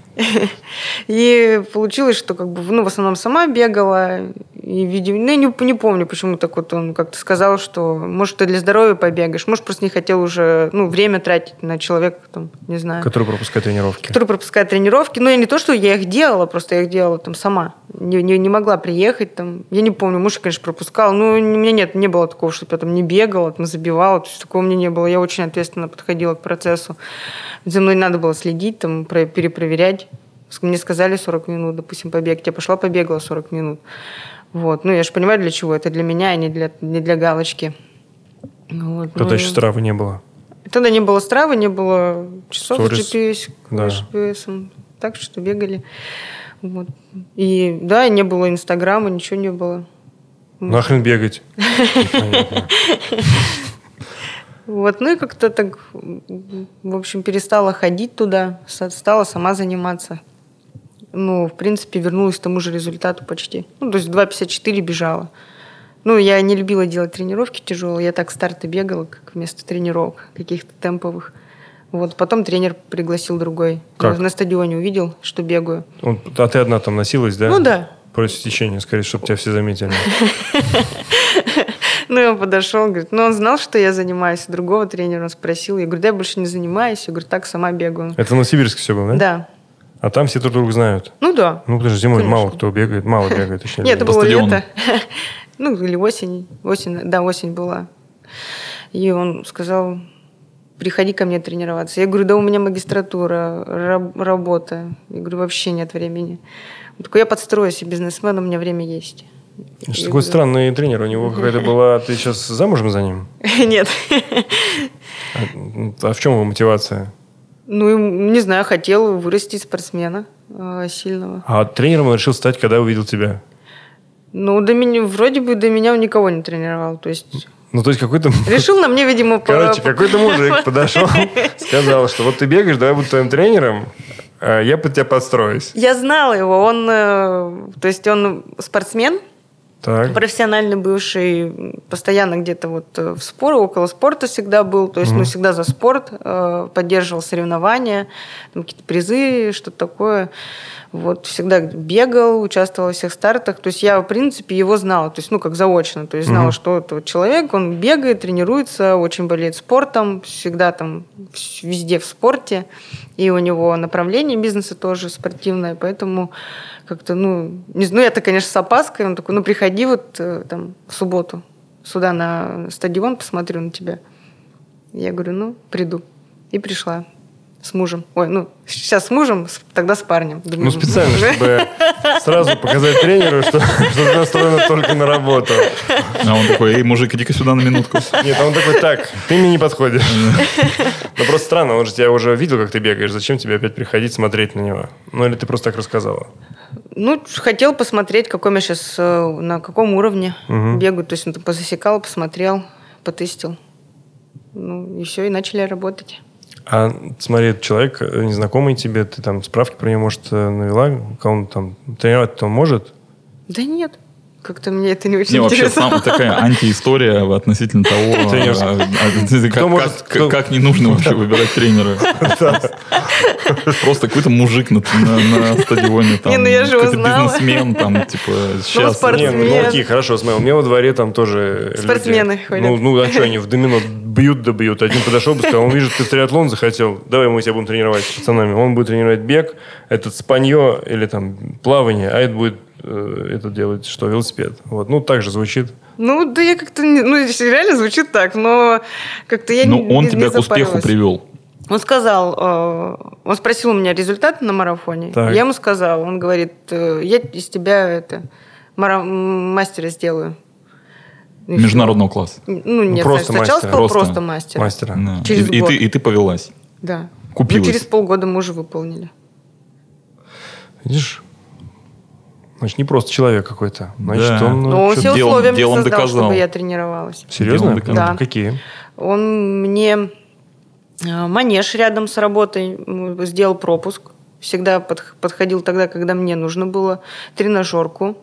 И получилось, что как бы, ну, в основном сама бегала. И, видимо, ну, я не, не помню, почему так вот он как-то сказал, что, может, ты для здоровья побегаешь, может, просто не хотел уже, ну, время тратить на человека, там, не знаю, который,
Который пропускает тренировки.
пропускает тренировки. Ну, я не то, что я их делала, просто я их делала там сама. Не, не, не могла приехать там. Я не помню, муж, конечно, пропускал. Ну, у меня нет, не было такого, чтобы я там не бегала, там, забивала. То есть такого у меня не было. Я очень ответственно подходила к процессу. За мной надо было следить, там, про- перепроверять. С- Мне сказали 40 минут, допустим, побег. Я пошла, побегала 40 минут. Вот. Ну, я же понимаю, для чего. Это для меня, а не для, не для галочки. Вот.
Тогда
Ну,
еще травы не было.
Тогда не было стравы, не было часов с
Сторис.
GPS,
Да.
с GPS. Так что бегали. Вот. И да, не было Инстаграма, ничего не было.
Нахрен бегать. Непонятно.
Вот. Ну и как-то так, м, в общем, перестала ходить туда, со- стала сама заниматься. Ну, в принципе, вернулась к тому же результату почти. Ну, то есть 2,54 бежала. Ну, я не любила делать тренировки тяжелые, я так старты бегала, как вместо тренировок каких-то темповых. Вот, потом тренер пригласил другой.
Как?
Я На стадионе увидел, что бегаю.
Он- А ты одна там носилась, да?
Ну да.
Против течения, скорее, чтобы тебя все заметили.
Ну, и он подошел, говорит, ну, он знал, что я занимаюсь. Другого тренера он спросил. Я говорю, да я больше не занимаюсь. Я говорю, так, сама бегаю.
Это в Новосибирске все было, да?
Да.
А там все друг друга знают.
Ну, да.
Ну, потому что зимой
Конечно.
мало кто бегает, мало бегает, точнее.
Нет, это
людей.
было
стадиону.
лето. Ну, или осень. Осень, да, осень была. И он сказал, приходи ко мне тренироваться. Я говорю, да у меня магистратура, раб- работа. Я говорю, вообще нет времени. Он такой, я подстроюсь, и бизнесмен, у меня время есть.
Что такой странный тренер, у него какая-то была... Ты сейчас замужем за ним?
Нет.
А, а в чем его мотивация?
Ну, и, не знаю, хотел вырастить спортсмена э, сильного.
А тренером он решил стать, когда увидел тебя.
Ну, до меня, вроде бы до меня он никого не тренировал. То есть
Ну, то есть какой-то...
решил на мне, видимо, по-
Короче,
по-
какой-то мужик подошел, сказал, что вот ты бегаешь, давай буду твоим тренером, а я под тебя подстроюсь.
Я знала его, он, э, то есть он спортсмен,
Так.
профессиональный бывший, постоянно где-то вот э, в споре, около спорта всегда был, то есть, ну, всегда за спорт, э, поддерживал соревнования, там какие-то призы, что-то такое. Вот, всегда бегал, участвовал во всех стартах. То есть я, в принципе, его знала, то есть, ну, как заочно, то есть знала, что это вот человек, он бегает, тренируется, очень болеет спортом, всегда там вс- везде в спорте, и у него направление бизнеса тоже спортивное, поэтому как-то, ну, не знаю, ну, я-то, конечно, с опаской, он такой, ну, приходи вот э, там в субботу сюда на стадион, посмотрю на тебя. Я говорю, ну, приду. И пришла с мужем. Ой, ну, сейчас с мужем, с- тогда с парнем.
Ну, специально,
Чтобы Сразу показать тренеру, что, что ты настроена только на работу.
А он такой, эй, мужик, иди-ка сюда на минутку.
Нет, а он такой, так, ты мне не подходишь. Ну, просто странно, он же тебя уже видел, как ты бегаешь. Зачем тебе опять приходить смотреть на него? Ну, или ты просто так рассказала?
Ну, хотел посмотреть, каком я сейчас, э, на каком уровне бегаю. То есть, ну, ты позасекал, посмотрел, потестил. Ну, и все, и начали работать.
А смотри, этот человек э, незнакомый тебе, ты там справки про него, может, э, навела? Кого он там тренировать-то он может?
Да нет, как-то мне это не очень
Не, вообще
интересно.
сам такая антиистория относительно того,
Тренер.
а, а, как-
может-
как-
кто-
как не нужно вообще выбирать тренера. Просто какой-то мужик на на- на стадионе. там,
Не, ну я же
какой-то
узнала.
Бизнесмен там, типа, сейчас.
спортсмен.
Не, ну окей, хорошо, смотри, у меня во дворе там тоже люди-
Спортсмены ходят.
Ну, ну, а что они в домино бьют да бьют? Один подошел бы, сказал, он вижу, ты в триатлон захотел, давай мы тебя будем тренировать с пацанами. Он будет тренировать бег, этот спанье или там плавание, а это будет э, это делать что, велосипед. Вот, ну, так же звучит.
Ну, да я как-то... не- Ну, реально звучит так, но как-то я
Но
не
Ну, он
не- не
тебя к успеху
запарилась.
привел.
Он сказал, э, он спросил у меня результат на марафоне.
Так.
Я ему сказала, он говорит, э, я из тебя это мара- м, мастера сделаю. И всё.
Международного класса.
Ну нет,
Просто
сначала
мастера.
сказал просто,
Просто.
мастер.
Мастера.
Да. И
Через
и
год.
ты и ты повелась.
Да.
Купилась.
Ну, через полгода мы уже выполнили.
Видишь? Значит, не просто человек какой-то. Значит,
Да.
он... ну,
Но он
чё-
все
делом-
условия мне
делом
создал,
доказал.
чтобы я тренировалась.
Серьезно?
Делом
доказал.
Ну, Какие?
Он мне э, манеж рядом с работой м, сделал пропуск. Всегда подх- подходил тогда, когда мне нужно было. Тренажерку.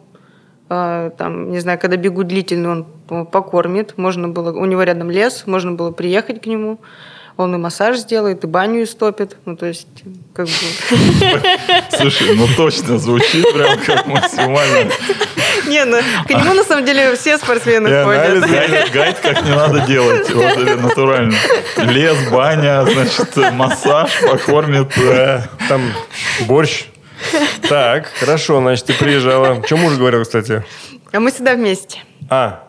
Э, Там, не знаю, когда бегу длительный, он п- покормит. Можно было, у него рядом лес, можно было приехать к нему. Он и массаж сделает, и баню истопит. Ну, то есть, как бы...
Слушай, ну точно звучит прям как максимально.
Не, ну, к нему, на самом деле, все спортсмены
Я
ходят.
анализы
Гайд, гайд как не надо делать. Вот это натурально. Лес, баня, значит, массаж, покормит.
Да, Э, там борщ. Так, хорошо, значит, ты приезжала. Чем муж говорил, кстати?
А мы всегда вместе.
А,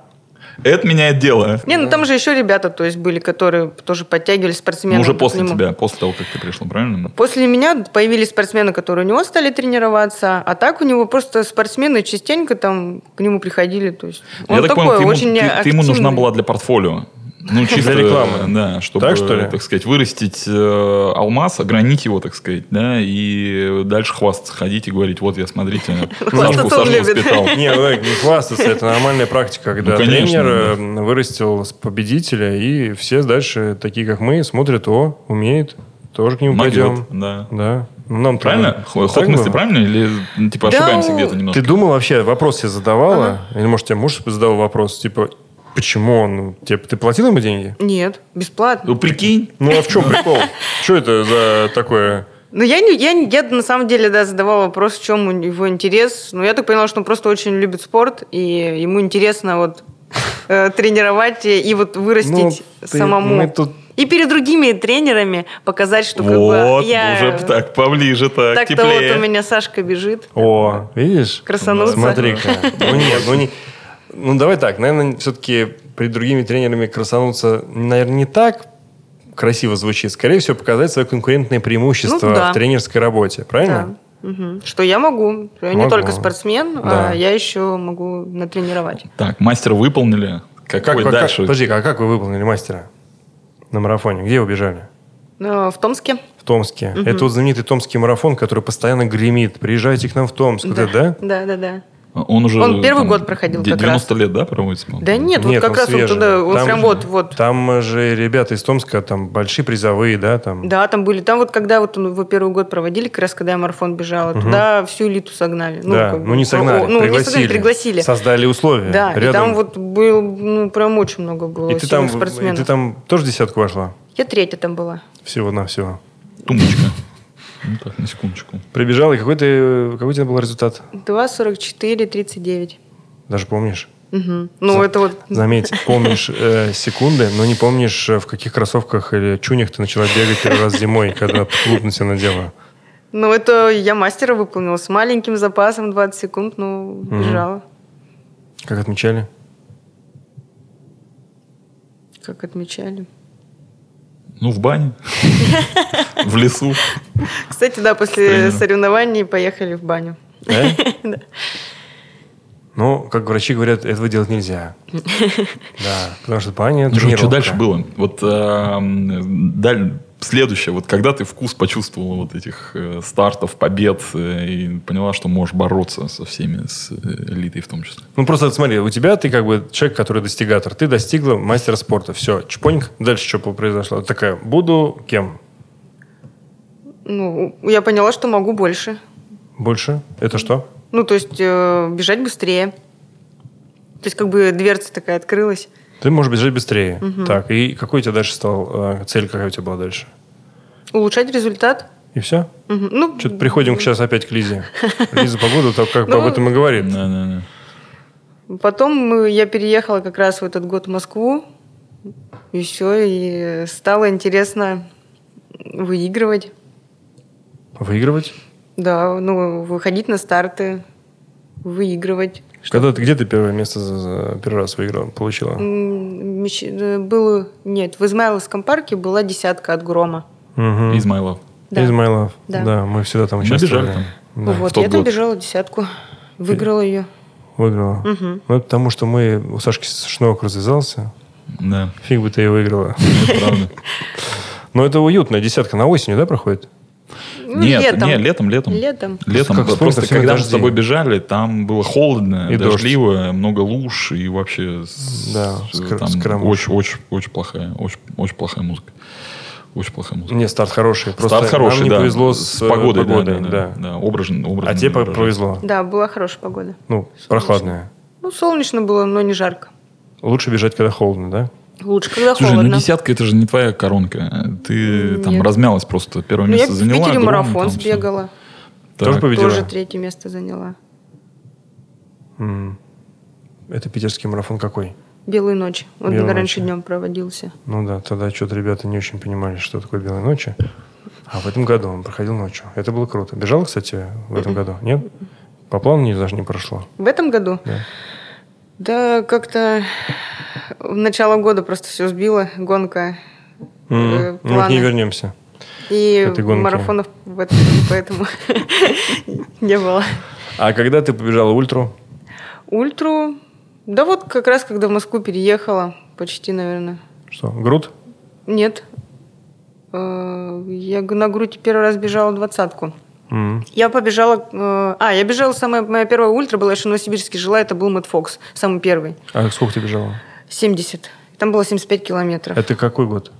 Это меняет дело.
Не, ну там же еще ребята, то есть, были, которые тоже подтягивали
Ну,
спортсмены.
уже
к
после
нему.
тебя, после того, как ты пришла, правильно?
После меня появились спортсмены, которые у него стали тренироваться, а так у него просто спортсмены частенько там к нему приходили. То есть он
Я так
такой
понял, ты ему,
очень
ты- ты ему
активный.
нужна была для портфолио. Ну, чисто,
Для рекламы.
Да, чтобы,
Так, что ли?
так сказать, вырастить э, алмаз, огранить его, так сказать, да, и дальше хвастаться, ходить и говорить, вот я, смотрите, Сашку,
Хвастаться он
Сашку
любит.
воспитал.
не, ну, не хвастаться, это нормальная практика, когда
Ну, конечно,
тренер
да.
э, вырастил с победителя, и все дальше, такие как мы, смотрят, о, умеет, тоже к нему
Могет,
пойдем.
да.
Да. Ну, нам
Правильно? Ход
Так
мысли
было?
правильно? Или ну, типа
Да,
ошибаемся
у-
где-то немножко?
Ты думал вообще, вопрос тебе задавала? Или, может, тебе муж задал вопрос, типа, почему он, типа, ты платил ему деньги?
Нет, бесплатно.
Ну, прикинь.
Ну, а в чем прикол? Что это за такое?
Но Ну, я, не, я, не- я на самом деле да, задавала вопрос, в чем у него интерес. Но я так поняла, что он просто очень любит спорт, и ему интересно вот э, тренировать и, и вот вырастить
Ну, ты-
самому.
мы тут-
И перед другими тренерами показать, что Ну, как
вот,
бы я...
уже б так, поближе так,
Так-то вот
теплее.
у меня Сашка бежит.
О, видишь?
Красануться.
Смотри-ка. Ну нет, ну не... Ну давай так, наверное, все-таки перед другими тренерами красануться, наверное, не так красиво звучит. Скорее всего, показать свое конкурентное преимущество
Ну, да.
в тренерской работе, правильно?
Да. Мгм. Что я могу. Я
Могу.
не только спортсмен,
Да.
а я еще могу натренировать.
Так, мастер выполнили. Какой
вы-
дальше?
подожди, а как вы выполнили мастера на марафоне? Где вы бежали?
Но в Томске.
В Томске. Это вот знаменитый томский марафон, который постоянно гремит. Приезжайте к нам в Томск. Вот это, да?
Да, да, да.
Он уже
Он первый год проходил
де-
как
90 лет, да, проводится? по-моему?
Да нет, вот
Нет,
как
он
раз он
свежий.
туда, вот
Там
прям
же-
вот, вот.
Там же ребята из Томска, там большие призовые, да? Там.
Да, там были. Там вот когда вот он его первый год проводили, как раз когда я марафон бежала, туда всю элиту согнали.
Да,
как
ну
бы,
не согнали,
о, ну, не
пригласили.
согнали, пригласили.
Создали условия.
Да, и
Рядом-
там вот был, ну, прям очень много было
И ты,
сильных
там, и
спортсменов.
ты там тоже десятку вошла?
Я третья там была.
Всего-навсего.
Тумочка. Ну так, на секундочку.
Прибежал, и какой, ты, какой у тебя был результат?
2,44, 39.
Даже помнишь?
Угу. Ну, это вот...
Заметь, помнишь э, секунды, но не помнишь, э, в каких кроссовках или чунях ты начала бегать первый раз зимой, когда клуб на тебя надела.
Ну, это я мастера выполнила с маленьким запасом 20 секунд, ну, бежала.
Как отмечали?
Как отмечали.
Ну, в бане. В лесу.
Кстати, да, после
Примерно.
соревнований поехали в баню.
Да? Но, Ну, как врачи говорят, этого делать нельзя. Да, потому что баня
Ну,
тренировка.
Что дальше было? Вот эм, даль- следующее, вот когда ты вкус почувствовала вот этих э, стартов, побед э, и поняла, что можешь бороться со всеми, с э, элитой в том числе.
Ну, просто вот смотри, у тебя ты как бы человек, который достигатор. Ты достигла мастера спорта. Все, чпоньк. Дальше что произошло? Такая, буду кем?
Ну, я поняла, что могу больше.
Больше? Это что?
Ну, то есть э, бежать быстрее. То есть как бы дверца такая открылась.
Ты можешь бежать быстрее. Так, и какой у тебя дальше стал э, цель, какая у тебя была дальше?
Улучшать результат.
И все?
Мгм. Ну,
Что-то приходим сейчас опять к Лизе. Лиза погода, то как бы
Ну,
об этом и говорит.
Да-да-да.
потом мы- я переехала как раз в этот год в Москву. И все, и стало интересно выигрывать.
Выигрывать?
Да, ну, выходить на старты, выигрывать.
Когда ты, где ты первое место за- за- первый раз выиграла, получила?
М, мещ- э, Было, нет, в Измайловском парке была десятка от грома.
Мгм.
Из My Love.
Да.
Измайлов. Да.
Да.
мы всегда там
Мы
участвовали.
бежали
Да,
вот,
тот
я там
год. Э,
бежала десятку, выиграла ее.
Выиграла.
Мгм.
Ну, это потому что мы... У Сашки шнурок развязался.
Да,
Фиг бы ты и выиграла.
это правда.
Но это уютно. Десятка на осенью, да, проходит?
Ну,
Нет, не, летом, летом.
Летом.
Летом,
Как
да,
вспомнил,
просто
всеми
когда мы
дожди.
с тобой бежали, там было холодно,
И
и
дождь.
дождливо, много луж, и вообще с-
Да, скр-
там
скромно.
очень, очень, очень плохая, очень, очень плохая музыка. Очень плохая музыка.
Не, старт хороший. Просто
Старт хороший,
нам не
да.
повезло с, э,
погодой. да,
погодой, да.
да, да, да, образно- образно
А тебе по-
выражаясь.
повезло.
Да, была хорошая погода.
Ну, прохладная.
Ну, солнечно было, но не жарко.
Лучше бежать, когда холодно, да?
Лучше, когда
Слушай,
холодно.
ну десятка это же не твоя коронка. Ты там
Нет.
размялась просто. Первое
Ну, я
место
в
заняла.
Питере
гром,
марафон
там всё.
сбегала,
Так.
Тоже победила?
тоже третье место заняла.
М. Это питерский марафон какой?
Белые ночи. Он
Белые
раньше
ночи.
днем проводился.
Ну да, тогда что-то ребята не очень понимали, что такое «Белые ночи». А в этом году он проходил ночью. Это было круто. Бежал, кстати, в этом году? Нет? По плану не- даже не прошло.
В этом году?
Да.
Да, как-то в начало года просто все сбило, гонка.
М.
Э,
Ну, вот не
планы.
вернемся.
И
Этой гонки.
марафонов в этом году поэтому не было.
А когда ты побежала ультру?
Ультру. Да вот как раз, когда в Москву переехала, почти, наверное.
Что, груд?
Нет. Э, Я г- на грудь первый раз бежала двадцатку.
М.
Я побежала... э, А, я бежала, самая моя первая ультра была, я еще в Новосибирске жила, это был Мэтт Фокс, самый первый.
А сколько ты бежала?
70. Там было 75 километров.
Это какой год?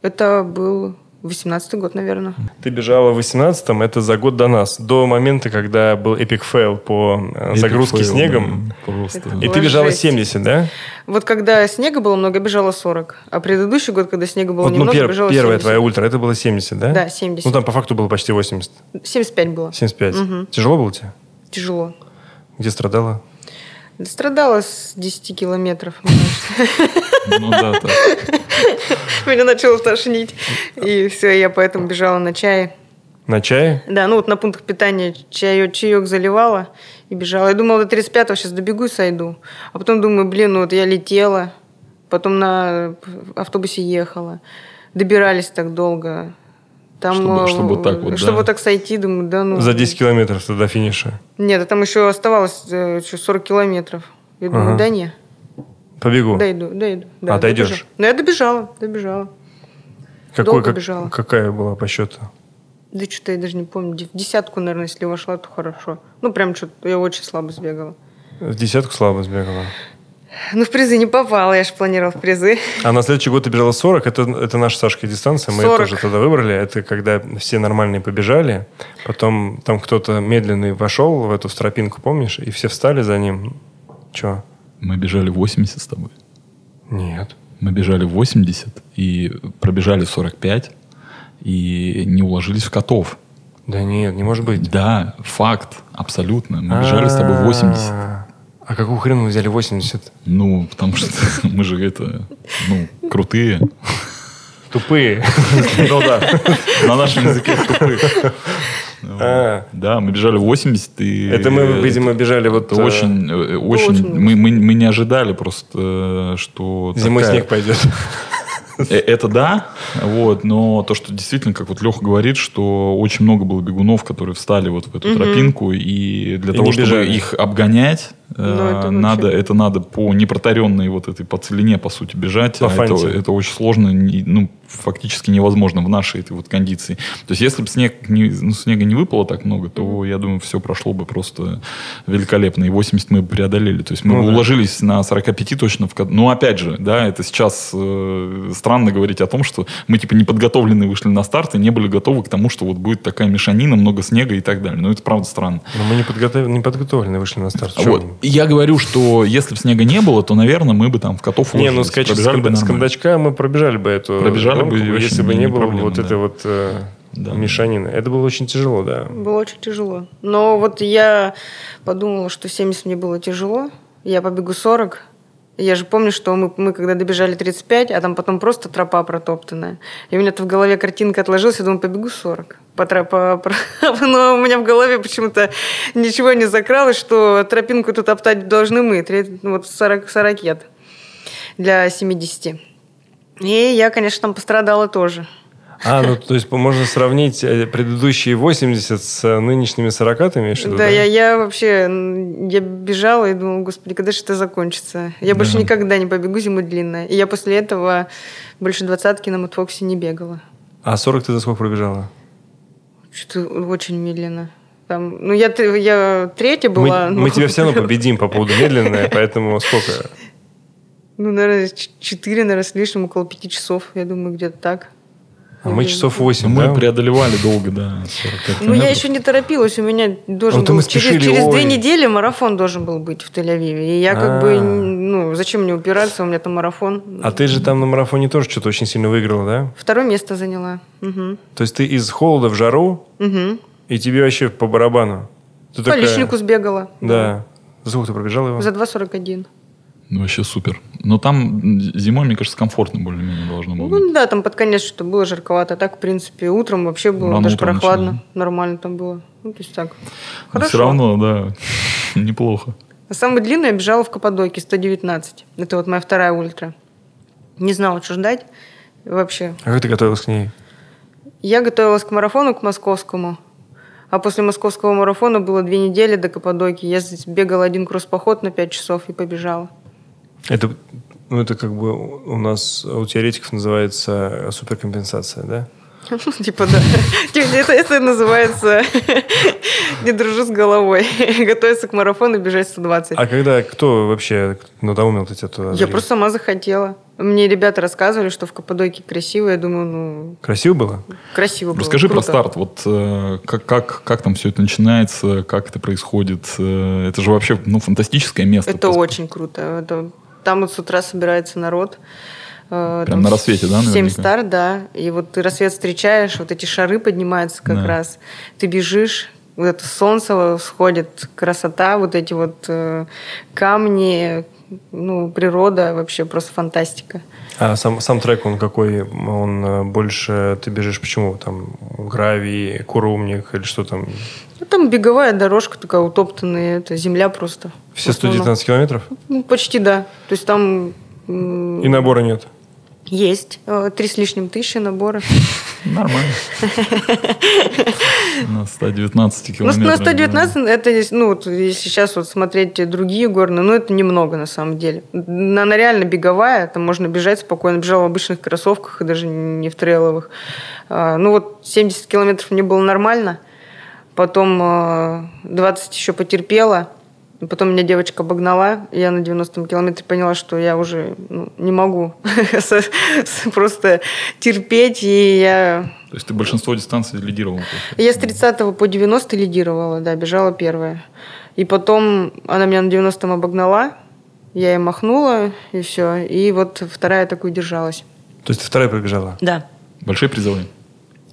Это был 18-й год, наверное.
Ты бежала в 18-м, это за год до нас. До момента, когда был эпик фейл по э,
Epic
загрузке
fail,
снегом.
да, Просто.
Это
И
Была
ты бежала
жесть.
70, да?
Вот когда снега было много, я бежала 40. А предыдущий год, когда снега было
Вот, ну,
немного,
пер-
бежала
первая
70.
твоя ультра, это было 70, да?
Да, 70.
Ну, там по факту было почти 80.
75 было.
75.
Мгм.
Тяжело было тебе?
Тяжело.
Где страдала?
Страдала с 10 километров.
Ну да, так.
Меня начало тошнить. И все, я поэтому бежала на чай.
На чае?
Да, ну вот на пунктах питания чаек, чаек заливала и бежала. Я думала, до 35-го сейчас добегу и сойду. А потом думаю, блин, ну вот я летела, потом на автобусе ехала. Добирались так долго. Там,
Чтобы-
э,
чтобы вот так вот, да.
Чтобы вот так сойти, думаю, да ну.
За 10 километров ты до финиша.
Нет, а там еще оставалось э, чё, 40 километров. Я думаю,
Ага.
да не,
Побегу.
дойду, дойду.
А, дойдешь?
добежу. Ну, я добежала, добежала. долго бежала.
Какая была по счету?
Да что-то я даже не помню. В десятку, наверное, если вошла, то хорошо. Ну, прям что-то я очень слабо сбегала.
В десятку слабо сбегала.
Ну, в призы не попала, я же планировала в призы.
А на следующий год ты бежала 40. Это, это наша с Сашкой дистанция. Мы ее
40.
тоже тогда выбрали. Это когда все нормальные побежали. Потом там кто-то медленный вошел в эту стропинку, помнишь? И все встали за ним. Че?
Мы бежали 80 с тобой.
Нет.
Мы бежали 80 и пробежали 45 и не уложились в котов.
Да нет, не может быть.
Да, факт, абсолютно. Мы бежали с тобой 80.
А а какую хрен мы взяли 80?
Ну, потому что мы же это, ну, крутые.
Тупые.
Ну да, на нашем языке тупые. Ну,
А.
Да, мы бежали 80 и...
Это мы, видимо, бежали вот
Это
э,
очень, э, очень,
очень.
мы, мы, мы не ожидали просто, э, что
Зимой
такая-
снег пойдет.
Э, Это да, вот, но то, что действительно, как вот Леха говорит, что очень много было бегунов, которые встали вот в эту тропинку, и для
И
того,
не
чтобы
бежали.
их обгонять, э,
Ну, это
надо,
вообще-
это надо по непротаренной вот этой, по целине, по сути, бежать.
По
а это,
фанте.
это очень сложно, не- ну, фактически невозможно в нашей этой вот кондиции. То есть, если бы снег не, ну, снега не выпало так много, то, я думаю, все прошло бы просто великолепно, и 80 мы бы преодолели. То есть, мы
Ну
бы
да.
уложились на 45 точно. В... ко- Ну, опять же, да, это сейчас э, странно говорить о том, что мы, типа, неподготовленные вышли на старт и не были готовы к тому, что вот будет такая мешанина, много снега и так далее. Но это правда странно.
Но мы не, подготов... не подготовлены вышли на старт. Чё
А Вот.
мы?
Я говорю, что если бы снега не было, то, наверное, мы бы там в котов
Не, ну
уложились,
скачать с,
пробежали бы
конда- с
нормально.
кондачка мы пробежали бы эту
Пробежали бы,
гонку,
и вообще
если бы не,
не
было
проблема,
вот
да.
этой вот э,
Да.
мешанины. Это было очень тяжело, да.
Было очень тяжело. Но вот я подумала, что 70 мне было тяжело. Я побегу 40. Я же помню, что мы, мы когда добежали 35, а там потом просто тропа протоптанная. И у меня-то в голове картинка отложилась, я думаю, побегу 40. По тропа, но у меня в голове почему-то ничего не закралось, что тропинку тут топтать должны мы. Тре- ну, Вот 40, 40 для 70. И я, конечно, там пострадала тоже.
А, ну то есть можно сравнить э, предыдущие 80 с э, нынешними 40, ты имеешь в виду,
Да, Я, я вообще м, я бежала и думала, господи, когда же это закончится? Я больше
Да.
никогда не побегу зимой длинная. И я после этого больше двадцатки на Мутфоксе не бегала.
А 40 ты за сколько пробежала?
Что-то очень медленно. Там, ну, я, т- я третья
Мы-
была.
мы,
ну,
тебя все равно победим по поводу медленное, поэтому сколько?
Ну, наверное, ч- четыре, наверное, с лишним, около пяти часов. Я думаю, где-то так.
А мы часов
Ну,
8,
Мы
да?
преодолевали долго, да. 45
Ну, я
километров.
еще не торопилась, у меня должен
Вот
был...
Ну, мы спешили,
через через две
ой.
недели марафон должен был быть в Тель-Авиве. И я как бы,
А.
ну, зачем мне упираться, у меня там марафон.
А ты же там на марафоне тоже что-то очень сильно выиграла, да?
Второе место заняла. Мгм.
То есть ты из холода в жару,
Мгм.
и тебе вообще по барабану. Ты
По
такая-
личнику сбегала.
Да. За сколько ты пробежала его?
За 2,41.
Ну, вообще супер. Но там м, зимой, мне кажется, комфортно более-менее должно было быть.
Ну да, там под конец что было жарковато. А так, в принципе, утром вообще было
Рано
даже
утром
прохладно.
начинали.
Нормально там было. Ну, то есть так.
Но
Хорошо.
все равно, да, неплохо.
А самый длинный я бежала в Каппадоке, 119. Это вот моя вторая ультра. Не знала, что ждать вообще.
А как ты готовилась к ней?
Я готовилась к марафону, к московскому. А после московского марафона было две недели до Каппадоки. Я здесь бегала один кросс-поход на 5 часов и побежала.
Это, ну, это как бы у нас, а у теоретиков называется суперкомпенсация, да?
Ну, Типа, да. Типа, Это, это называется «не дружу с головой». Готовиться к марафону и бежать 120.
А когда, кто вообще надоумил тебя туда?
Я
залезть?
просто сама захотела. Мне ребята рассказывали, что в Каппадокии красиво. Я думаю, ну,
Красиво было?
красиво было,
Расскажи про
круто.
старт. Вот э, как, как, как там все это начинается, как это происходит. э, Это же вообще ну, фантастическое место.
Это
Просто
очень круто. Это- Там вот с утра собирается народ. Прям
Прям на рассвете, да,
Семь
наверняка?
стар, да. И вот ты рассвет встречаешь, вот эти шары поднимаются как
Да.
раз. Ты бежишь, вот это солнце всходит, красота, вот эти вот э, камни, ну, природа вообще просто фантастика.
А сам, сам трек, он какой? Он э, больше, ты бежишь почему? Там гравий, курумник или что там?
Ну, там беговая дорожка такая утоптанная, это земля просто.
Все
В основном.
119 километров?
Ну, почти да. То есть там м,
И набора нет?
есть э, три с лишним тысячи наборов.
Нормально. На 119
Ну,
километров.
на 119 это, есть, ну, вот, если сейчас вот смотреть другие горные, ну, это немного на самом деле. Н- Она реально беговая, там можно бежать спокойно. Бежала в обычных кроссовках, и даже не в трейловых. А, Ну, вот 70 километров мне было нормально. Потом э, 20 еще потерпела. Потом меня девочка обогнала, я на 90-м километре поняла, что я уже ну, не могу со- с- просто терпеть, и я
да. То есть ты большинство дистанций лидировал. получается.
я с 30 по 90 лидировала, да, бежала первая. И потом она меня на 90-м обогнала, я ей махнула, и все. И вот вторая так удержалась.
То есть ты вторая пробежала?
Да.
Большие призовые.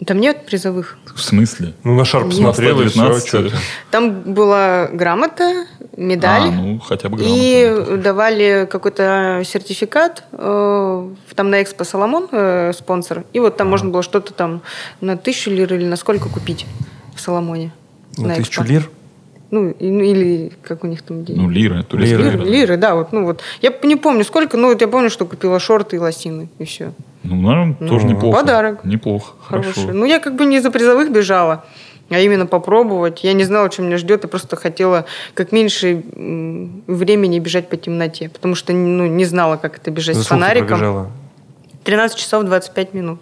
Там нет призовых.
В смысле?
Ну, на шар
Нет.
посмотрела и всё,
119.
чё ты.
Там была грамота, медаль.
А, ну, хотя бы грамотно.
И давали какой-то сертификат, э, там на Экспо Соломон э, спонсор, и вот там можно было что-то там на тысячу лир или на сколько купить в Соломоне.
На тысячу
Экспо.
лир?
Ну, и- ну, или как у них там деньги.
Ну, лиры, турецкие
Лиры.
Лиры, лиры, да, вот, ну вот. Я не помню сколько, но вот я помню, что купила шорты и лосины, и все.
Ну, наверное, тоже неплохо.
подарок.
Неплохо.
Хороший.
Хорошо.
Ну, я как бы не за призовых бежала, а именно попробовать. Я не знала, что меня ждет, я просто хотела как меньше м, времени бежать по темноте, потому что ну, не знала, как это бежать
За
с
сколько ты
фонариком.
пробежала?
13 часов 25 минут.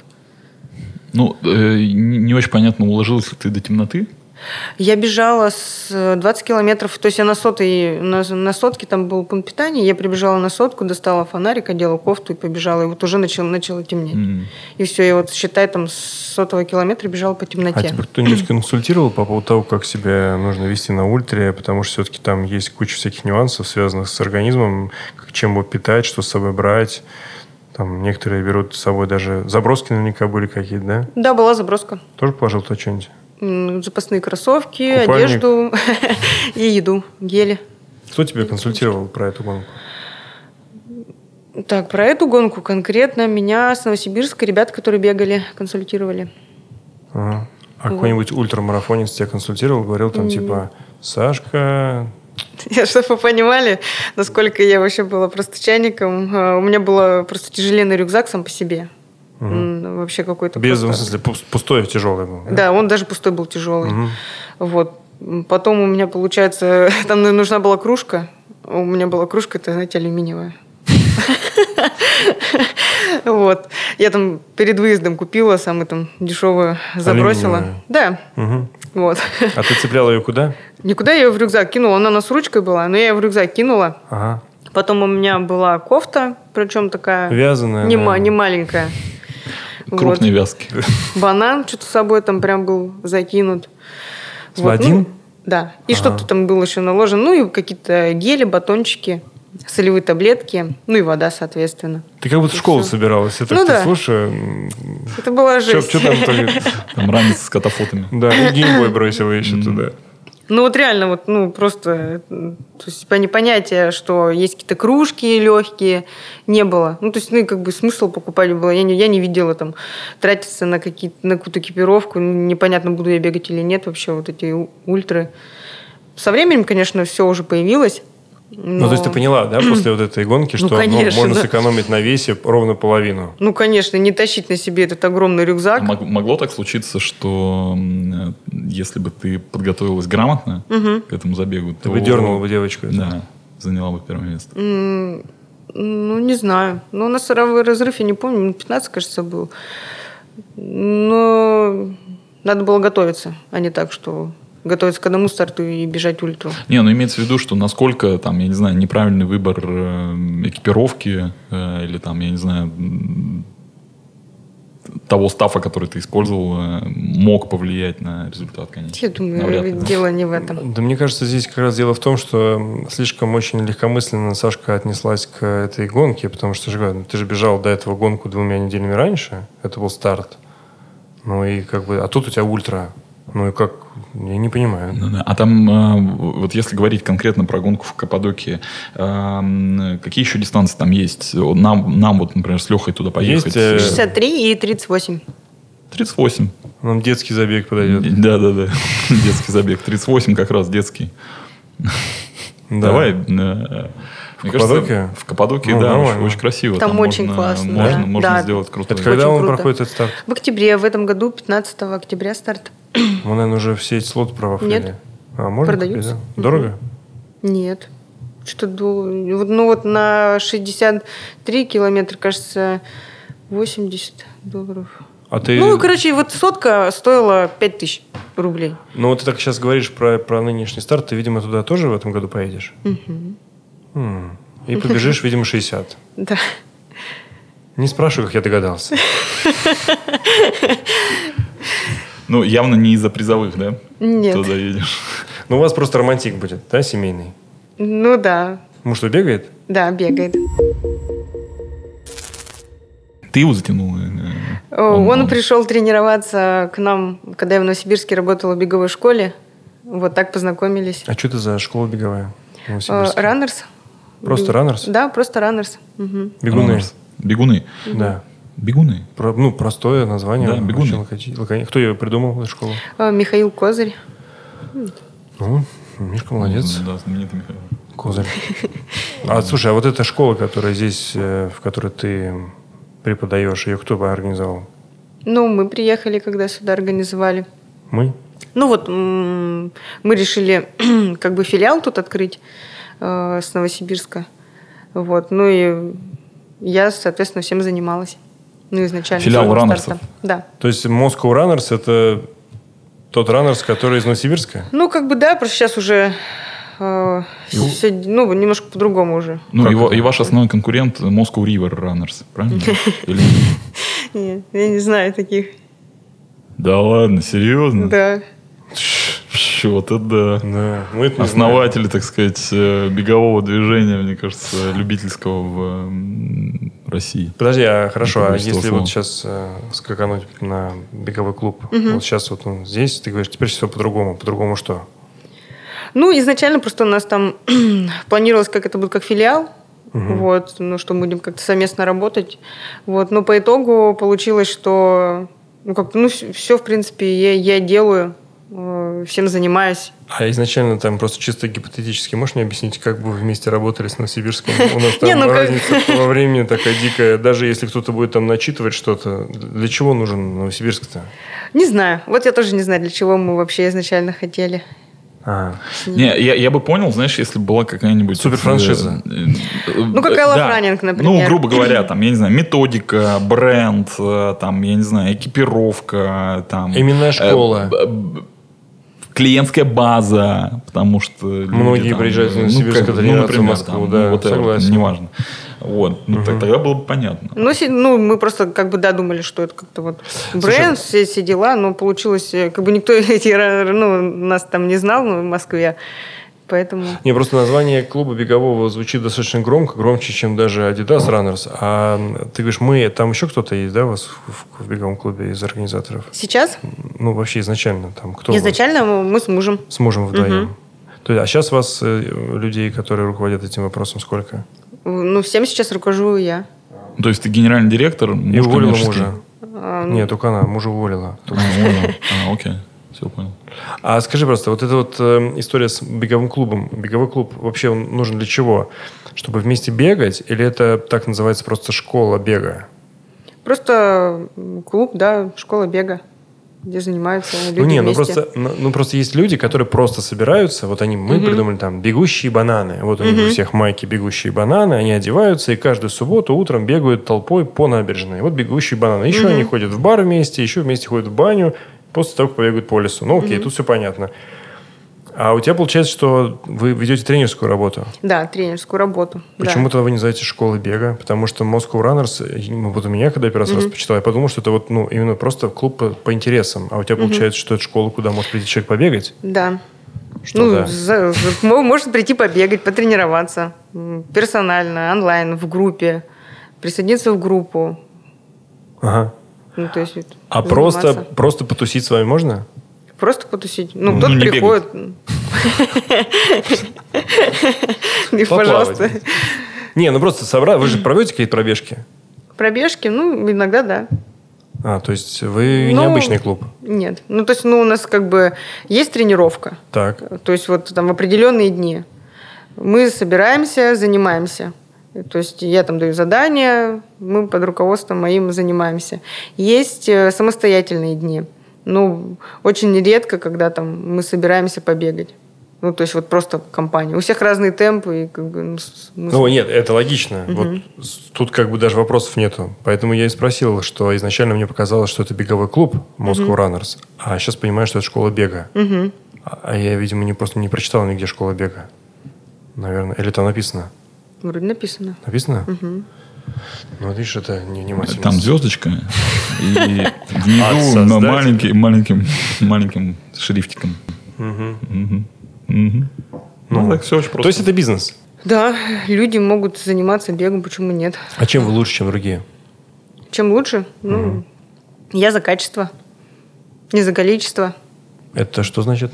Ну, э, не не очень понятно, уложилась ли ты до темноты.
Я бежала с э, 20 километров, то есть я на сотой, на, на сотке там был пункт питания, я прибежала на сотку, достала фонарик, одела кофту и побежала, и вот уже начало, начало темнеть.
М.
И все, я вот, считай, там с сотого километра бежала по
А
темноте.
тебя кто-нибудь консультировал по поводу того, как себя нужно вести на ультре, потому что все-таки там есть куча всяких нюансов, связанных с организмом, как- чем его питать, что с собой брать. Там некоторые берут с собой даже заброски наверняка были какие-то, да?
Да, была заброска.
Тоже положил то что-нибудь?
М, Запасные кроссовки,
Купальник.
одежду и еду, гели.
Кто тебя консультировал про эту гонку?
Так, про эту гонку конкретно меня с Новосибирска ребят, которые бегали, консультировали.
Ага. А какой-нибудь ультрамарафонец тебя консультировал, говорил там типа, Сашка,
Чтобы вы понимали, насколько я вообще была просто чайником. э, У меня был просто тяжеленный рюкзак сам по себе. М, Вообще какой-то...
без, в
просто-
смысле, пус- пустой, тяжелый был. да?
Да, он даже пустой был, тяжелый.
Мгм.
Вот. М, Потом у меня, получается, там ну, нужна была кружка. У меня была кружка, это, знаете, алюминиевая. Вот. Я там перед выездом купила, самую там дешевую забросила.
Алюминиевую.
Да,
Мгм.
вот.
А ты цепляла ее куда?
Никуда я ее в рюкзак кинула. Она у нас с ручкой была, но я ее в рюкзак кинула.
Ага.
Потом у меня была кофта, причем такая
Вязаная.
не, ма-
наверное.
не маленькая. Вот.
Крупные вязки.
Банан что-то с собой там прям был закинут.
С- один?
ну, да. И
Ага.
что-то там было еще наложено. Ну и какие-то гели, батончики, солевые таблетки, ну и вода, соответственно.
Ты как будто в школу
всё.
собиралась. Я так
Ну
тебя
да.
слушаю.
Это была
Что
жесть.
там только...
Там ранец с катафотами.
Да, и геймбой бросила еще
Мгм.
туда.
Ну вот реально, вот, ну просто, м, то есть пони- понятия, что есть какие-то кружки легкие, не было. Ну то есть, ну и как бы смысл покупать было, я не, я не видела там тратиться на какие на какую-то экипировку, ну, непонятно, буду я бегать или нет вообще, вот эти у- ультры. Со временем, конечно, все уже появилось.
Ну,
но-
то есть ты поняла, да, после вот этой гонки,
Ну,
что ну,
конечно.
можно сэкономить на весе ровно половину.
Ну, конечно, не тащить на себе этот огромный рюкзак.
А Мог- могло так случиться, что м, э, если бы ты подготовилась грамотно к этому забегу,
Ты
то...
бы дернула бы девочку.
Да, заняла бы первое место.
М, Ну, не знаю. Ну, на сороковой разрыв, я не помню, минут 15, кажется, был. Но надо было готовиться, а не так, что готовиться к одному старту и бежать ультру.
Не, ну имеется в виду, что насколько там, я не знаю, неправильный выбор э, экипировки э, или там, я не знаю, м, того стафа, который ты использовал, э, мог повлиять на результат, конечно.
Я думаю,
Навряд ли.
ведь дело не в этом.
Да мне кажется, здесь как раз дело в том, что м, слишком очень легкомысленно Сашка отнеслась к этой гонке, потому что же говорю, ты же бежал до этого гонку двумя неделями раньше, это был старт. Ну и как бы, а тут у тебя ультра. Ну и как, я не понимаю.
Ну да. А там, э, вот если говорить конкретно про гонку в Каппадокии, эм, какие еще дистанции там есть? Нам, нам вот, например, с Лехой туда
Есть,
поехать.
э,
63 и 38.
38.
Нам детский забег подойдет.
Да-да-да. Детский забег. 38 как раз детский.
Да.
Давай. э, мне кажется,
Каппадокии?
в Каппадокии,
Ну,
да,
нормально.
очень, очень красиво.
Там очень
можно-
классно,
Можно,
да.
можно
Да.
сделать круто.
Это когда
Очень
он
круто.
проходит этот старт?
В октябре, в этом году, 15 октября старт.
Мы, наверное, уже все эти слоты провафлили.
Нет.
А, можно
Продаются.
купить, да? Дорого?
Нет. Что-то дол- вот, ну вот на 63 километра, кажется, 80 долларов.
А ты...
Ну, короче, вот сотка стоила 5000 рублей.
Ну, вот ты так сейчас говоришь про, про нынешний старт, ты, видимо, туда тоже в этом году поедешь? М. И побежишь, видимо, 60.
Да.
Не спрашивай, как я догадался.
Ну, явно не из-за призовых, да?
Нет.
Туда едешь.
Ну, у вас просто романтик будет, да, семейный?
Ну да.
Муж что, бегает?
Да, бегает.
Ты его затянул? э, э,
Он, пришел тренироваться к нам, когда я в Новосибирске работала в беговой школе. Вот так познакомились.
А что это за школа беговая? в
Э,
Новосибирске?
Раннерс.
Просто раннерс?
Да, просто раннерс. Мгм.
Бегуны.
Раннерс. Бегуны.
Да.
Бегуны.
Про- ну, простое название.
Да,
Очень
бегуны.
лакони- лакони- Кто ее придумал, эту школу?
Э, Михаил Козырь.
Ну, Мишка молодец.
Ну, Да, знаменитый Михаил.
Козырь. А слушай, а вот эта школа, которая здесь, э, в которой ты преподаешь? Ее кто организовал?
Ну, мы приехали, когда сюда организовали.
Мы?
Ну вот м, мы решили как бы филиал тут открыть э, с Новосибирска. Вот. Ну и я, соответственно, всем занималась. Ну, изначально.
Филиал
с самого
раннерсов?
старта. Да.
То есть Moscow Runners это тот раннерс, который из Новосибирска?
Ну, как бы да, просто сейчас уже э, всё- ну, немножко по-другому уже.
Ну,
Как
и, ва-
это?
и ваш основной конкурент Moscow River Runners, правильно? Или-
Нет, я не знаю таких.
Да ладно, серьезно?
Да.
Вот это да.
Да. Мы Ну, это не
Основатели, так сказать, э, бегового движения, мне кажется, любительского в эм, России.
Подожди, а хорошо,
Это
а
количество
если
слов.
вот сейчас скакануть на беговой клуб, вот сейчас вот он здесь, ты говоришь, теперь все по-другому, по-другому что?
Ну, изначально просто у нас там планировалось, как это будет как филиал. Вот, ну, что будем как-то совместно работать. Вот, но по итогу получилось, что ну, как, ну, все, в принципе, я, я делаю, э, всем занимаюсь.
А изначально там просто чисто гипотетически, можешь мне объяснить, как бы вы вместе работали с Новосибирском? У нас
Не,
там
ну как-
разница во времени такая дикая, даже если кто-то будет там начитывать что-то, для чего нужен Новосибирск-то?
Не знаю. Вот я тоже не знаю, для чего мы вообще изначально хотели.
А,
Не, я, я бы понял, знаешь, если бы была какая-нибудь...
Суперфраншиза.
Ну,
как Элла Франнинг, например.
Ну, грубо говоря, там, я не знаю, методика, бренд, э, там, я не знаю, экипировка, там...
Именная школа.
Э, б- б- клиентская база, потому что... люди
Многие
там,
приезжают из
ну,
Новосибирска
как бы,
тренироваться в
например,
Москву,
там, ну,
да,
вот это вот,
согласен.
Неважно. Вот, ну, так- тогда было бы понятно.
Ну, си- ну, мы просто как бы додумали, что это как-то вот бренд, все, все дела, но получилось, э, как бы никто эти, ра- ну, нас там не знал ну, в Москве, поэтому...
Не, просто название клуба бегового звучит достаточно громко, громче, чем даже Adidas Runners. А ты говоришь, мы, там еще кто-то есть, да, у вас в, в беговом клубе из организаторов?
Сейчас
Ну, вообще изначально там кто? вы?
изначально мы с мужем
С мужем вдвоем. То есть, а сейчас вас э, людей, которые руководят этим вопросом, сколько?
Ну, всем сейчас руковожу я.
То есть ты генеральный директор...
И
муж
уволила
коммерческий.
мужа? Нет, только она, мужа уволила.
А, уволила. А, окей, все понял.
А скажи просто, вот эта вот э, история с беговым клубом, беговой клуб вообще он нужен для чего? Чтобы вместе бегать? Или это так называется просто школа бега?
Просто м, клуб, да, школа бега, где занимаются люди
Ну не, ну
вместе.
просто, ну, ну просто есть люди, которые просто собираются, вот они, мы придумали там бегущие бананы, вот у них у всех майки бегущие бананы, они одеваются и каждую субботу утром бегают толпой по набережной. Вот бегущие бананы. Еще они ходят в бар вместе, еще вместе ходят в баню, после того, как побегают по лесу. Ну окей, тут все понятно. А у тебя получается, что вы ведете тренерскую работу.
Да, тренерскую работу. да.
Почему тогда вы не называете школы бега? Потому что Moscow Runners, э, ну, вот у меня, когда я первый раз почитал, я подумал, что это вот, ну, именно просто клуб по, по интересам. А у тебя получается, что это школа, куда может прийти человек побегать?
Да.
Что
ну,
да?
за- за- мо- может прийти побегать, потренироваться м, персонально, онлайн, в группе, присоединиться в группу.
Ага.
Ну, то есть, вот,
А
заниматься.
просто, просто потусить с вами можно?
Просто потусить. Ну,
Ну,
кто-то
не
приходит. И, Пожалуйста.
Поплавать. Не, ну просто собрать. Вы же проводите какие-то пробежки?
Пробежки, ну, иногда да.
А, то есть вы
Ну,
необычный клуб.
Нет. Ну, то есть, ну, у нас как бы есть тренировка.
Так.
То есть, вот там в определенные дни мы собираемся, занимаемся. То есть, я там даю задания, мы под руководством моим занимаемся. Есть э, самостоятельные дни. Ну, очень редко, когда там мы собираемся побегать. Ну, то есть, вот просто компания. У всех разные темпы. И, как бы, ну, с- мы с-
Ну, нет, это логично. Вот с- тут как бы даже вопросов нету. Поэтому я и спросил, что изначально мне показалось, что это беговой клуб Moscow Runners, а сейчас понимаю, что это школа бега. А а я, видимо, не просто не прочитал нигде школа бега. Наверное. Или там написано?
Вроде написано.
Написано? Ну, видишь, это невнимательность.
Там звездочка, и
От
внизу
создателя.
на маленький- маленьким, маленьким шрифтиком. Мгм. Мгм. Ну, так все
То
очень
есть
просто.
это бизнес.
Да, люди могут заниматься бегом, почему нет?
А чем вы лучше, чем другие?
Чем лучше? Ну, я за качество, не за количество.
Это что значит?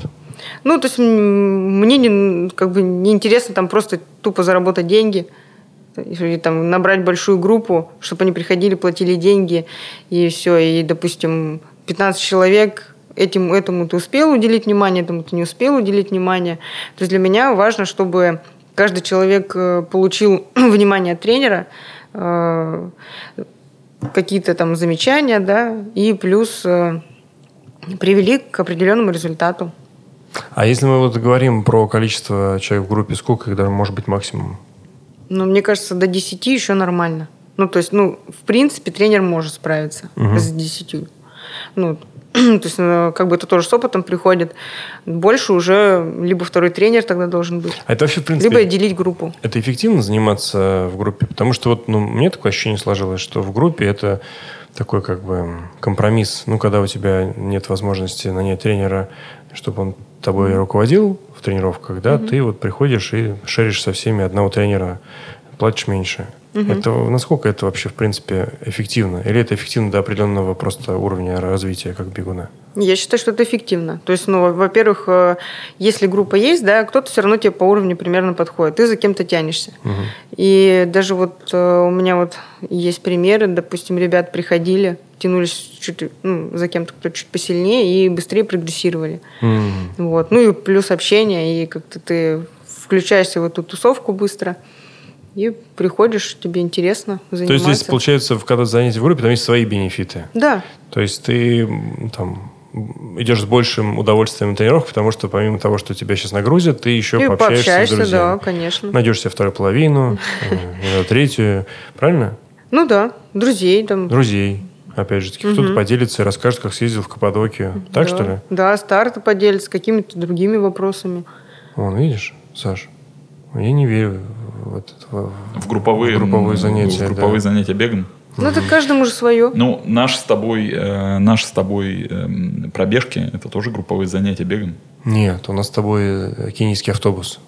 Ну, то есть м, мне не, как бы не интересно там просто тупо заработать деньги и там набрать большую группу, чтобы они приходили, платили деньги и все. И, допустим, 15 человек этим, этому ты успел уделить внимание, этому ты не успел уделить внимание. То есть для меня важно, чтобы каждый человек э, получил внимание от тренера, э, какие-то там замечания, да, и плюс э, привели к определенному результату.
А если мы вот говорим про количество человек в группе, сколько их даже может быть максимум?
Но Ну, мне кажется, до 10 еще нормально. Ну, то есть, ну, в принципе, тренер может справиться
Мгм.
с 10. Ну, то есть, э, как бы это тоже с опытом приходит. Больше уже либо второй тренер тогда должен быть,
А это вообще, в принципе,
либо делить группу.
это эффективно заниматься в группе? Потому что вот, ну, мне такое ощущение сложилось, что в группе это такой как бы м, компромисс. Ну, когда у тебя нет возможности нанять тренера, чтобы он тобой руководил в тренировках, да, ты вот приходишь и шеришь со всеми одного тренера, платишь меньше. Это, насколько это вообще, в принципе, эффективно? Или это эффективно до определенного просто уровня развития как бегуна?
Я считаю, что это эффективно. То есть, ну, во- во-первых, э, если группа есть, да, кто-то все равно тебе по уровню примерно подходит. Ты за кем-то тянешься. И даже вот э, у меня вот есть примеры, допустим, ребят приходили, тянулись чуть ну, за кем-то, кто чуть посильнее, и быстрее прогрессировали.
М.
Вот. Ну и плюс общение, и как-то ты включаешься в эту тусовку быстро, и приходишь, тебе интересно
То есть
заниматься.
здесь, получается, в- когда занятие в группе, там есть свои бенефиты.
Да,
То есть ты м, там идешь с большим удовольствием на тренировку, потому что помимо того, что тебя сейчас нагрузят, ты еще
и
пообщаешься, с
пообщаешься, да,
друзьями.
конечно.
Найдешь себе вторую половину, э, иногда третью, правильно?
Ну да, друзей там.
Друзей, опять же, таки, кто-то поделится и расскажет, как съездил в Каппадокию. Так
да.
что ли?
Да, старты поделятся какими-то другими вопросами.
Вон, видишь, Саш, я не верю в это. в-
В групповые,
В групповые
м,
занятия,
в групповые
да.
занятия бегом.
Ну это каждому же свое.
Ну, наш с тобой, э, наш с тобой эм, пробежки, это тоже групповые занятия бегом.
Нет, у нас с тобой э, кенийский автобус.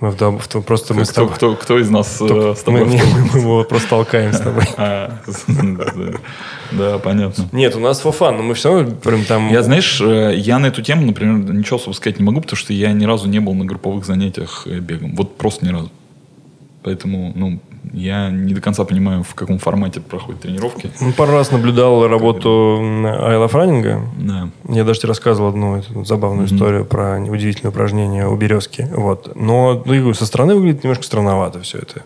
Мы в дом- в то- просто мы с
кто,
тобой...
кто, кто из нас э,
Кто-
с тобой?
мы-
в том?
мы его просто толкаем с тобой.
А, да, Да, понятно.
Нет, у нас фофан, но мы все равно прям там...
Я, знаешь, э, я на эту тему, например, ничего особо сказать не могу, потому что я ни разу не был на групповых занятиях э, бегом. Вот просто ни разу. Поэтому, ну, я не до конца понимаю, в каком формате проходят тренировки.
Ну, Пару раз наблюдал работу м, I Love Running.
Да.
Я даже тебе рассказывал одну эту забавную историю про удивительное упражнение у березки. Вот. Но ну, я говорю, со стороны выглядит немножко странновато все это.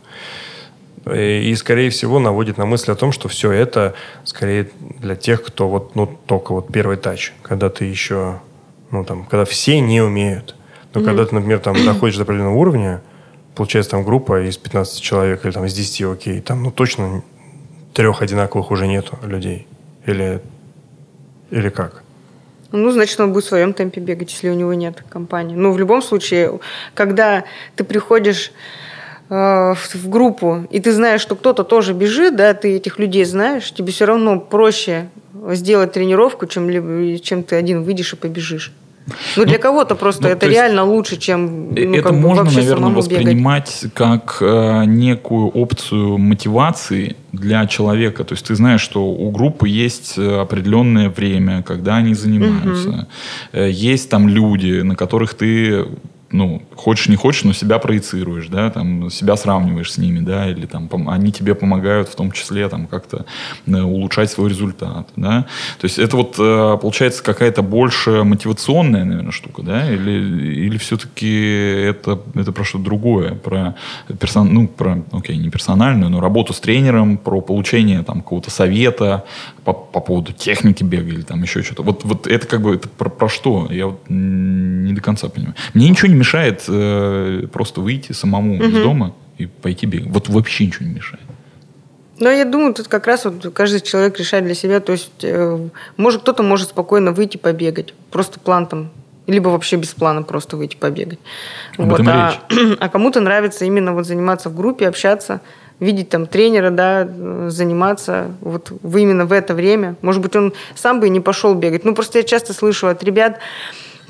И, и, скорее всего, наводит на мысль о том, что все это скорее для тех, кто вот ну, только вот первый тач, когда ты еще, ну там, когда все не умеют. Но когда ты, например, там доходишь до определенного уровня, получается там группа из 15 человек или там из 10, окей, там ну точно трех одинаковых уже нету людей. Или, или как?
Ну, значит, он будет в своем темпе бегать, если у него нет компании. Ну, в любом случае, когда ты приходишь э, в, в группу, и ты знаешь, что кто-то тоже бежит, да, ты этих людей знаешь, тебе все равно проще сделать тренировку, чем, либо- чем ты один выйдешь и побежишь. Ну, для кого-то просто
ну,
это
то есть
реально лучше, чем
Э,
ну,
это
как бы
можно,
вообще
наверное,
самому бегать.
воспринимать как э, некую опцию мотивации для человека. То есть ты знаешь, что у группы есть э, определенное время, когда они занимаются. Э, есть там люди, на которых ты ну, хочешь не хочешь, но себя проецируешь, да, там, себя сравниваешь с ними, да, или там пом- они тебе помогают в том числе там как-то э, улучшать свой результат, да. То есть это вот э, получается какая-то больше мотивационная, наверное, штука, да, или, или все-таки это, это про что-то другое, про, персон, ну, про, окей, не персональную, но работу с тренером, про получение там какого-то совета по, по поводу техники бега или там еще что-то. Вот, вот это как бы это про, про что? Я вот м, не до конца понимаю. Мне ничего не мешает э, просто выйти самому из дома и пойти бегать. Вот вообще ничего не мешает.
Но я думаю, тут как раз вот каждый человек решает для себя. То есть, э, может, кто-то может спокойно выйти побегать. Просто план там. Либо вообще без плана просто выйти побегать.
Об этом и
а, а кому-то нравится именно вот заниматься в группе, общаться, видеть там тренера, да, э, заниматься вот в- именно в это время. Может быть, он сам бы и не пошел бегать. Ну, просто я часто слышу от ребят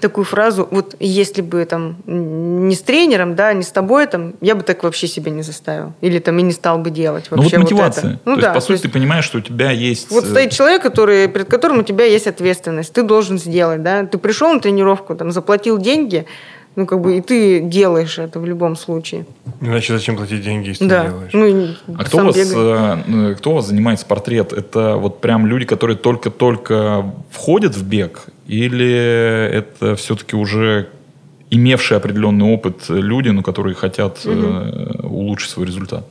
такую фразу, вот если бы там м, не с тренером, да, не с тобой там, я бы так вообще себя не заставил. Или там и не стал бы делать
Ну вот
вообще вот
мотивация.
это. Ну
то
да,
есть,
то
по сути,
есть
ты понимаешь, что у тебя есть...
вот
э,
стоит человек, который, перед которым у тебя есть ответственность. Ты должен сделать, да? Ты пришел на тренировку, там, заплатил деньги, ну, как бы, и ты делаешь это в любом случае.
Иначе зачем платить деньги, если
да.
не делаешь?
Ну, и
А кто
сам
у, вас,
бегай.
э, э, кто у вас занимается портрет? Это вот прям люди, которые только-только входят в бег? Или это все-таки уже имевшие э, определенный опыт люди, но которые хотят э, улучшить свой результат?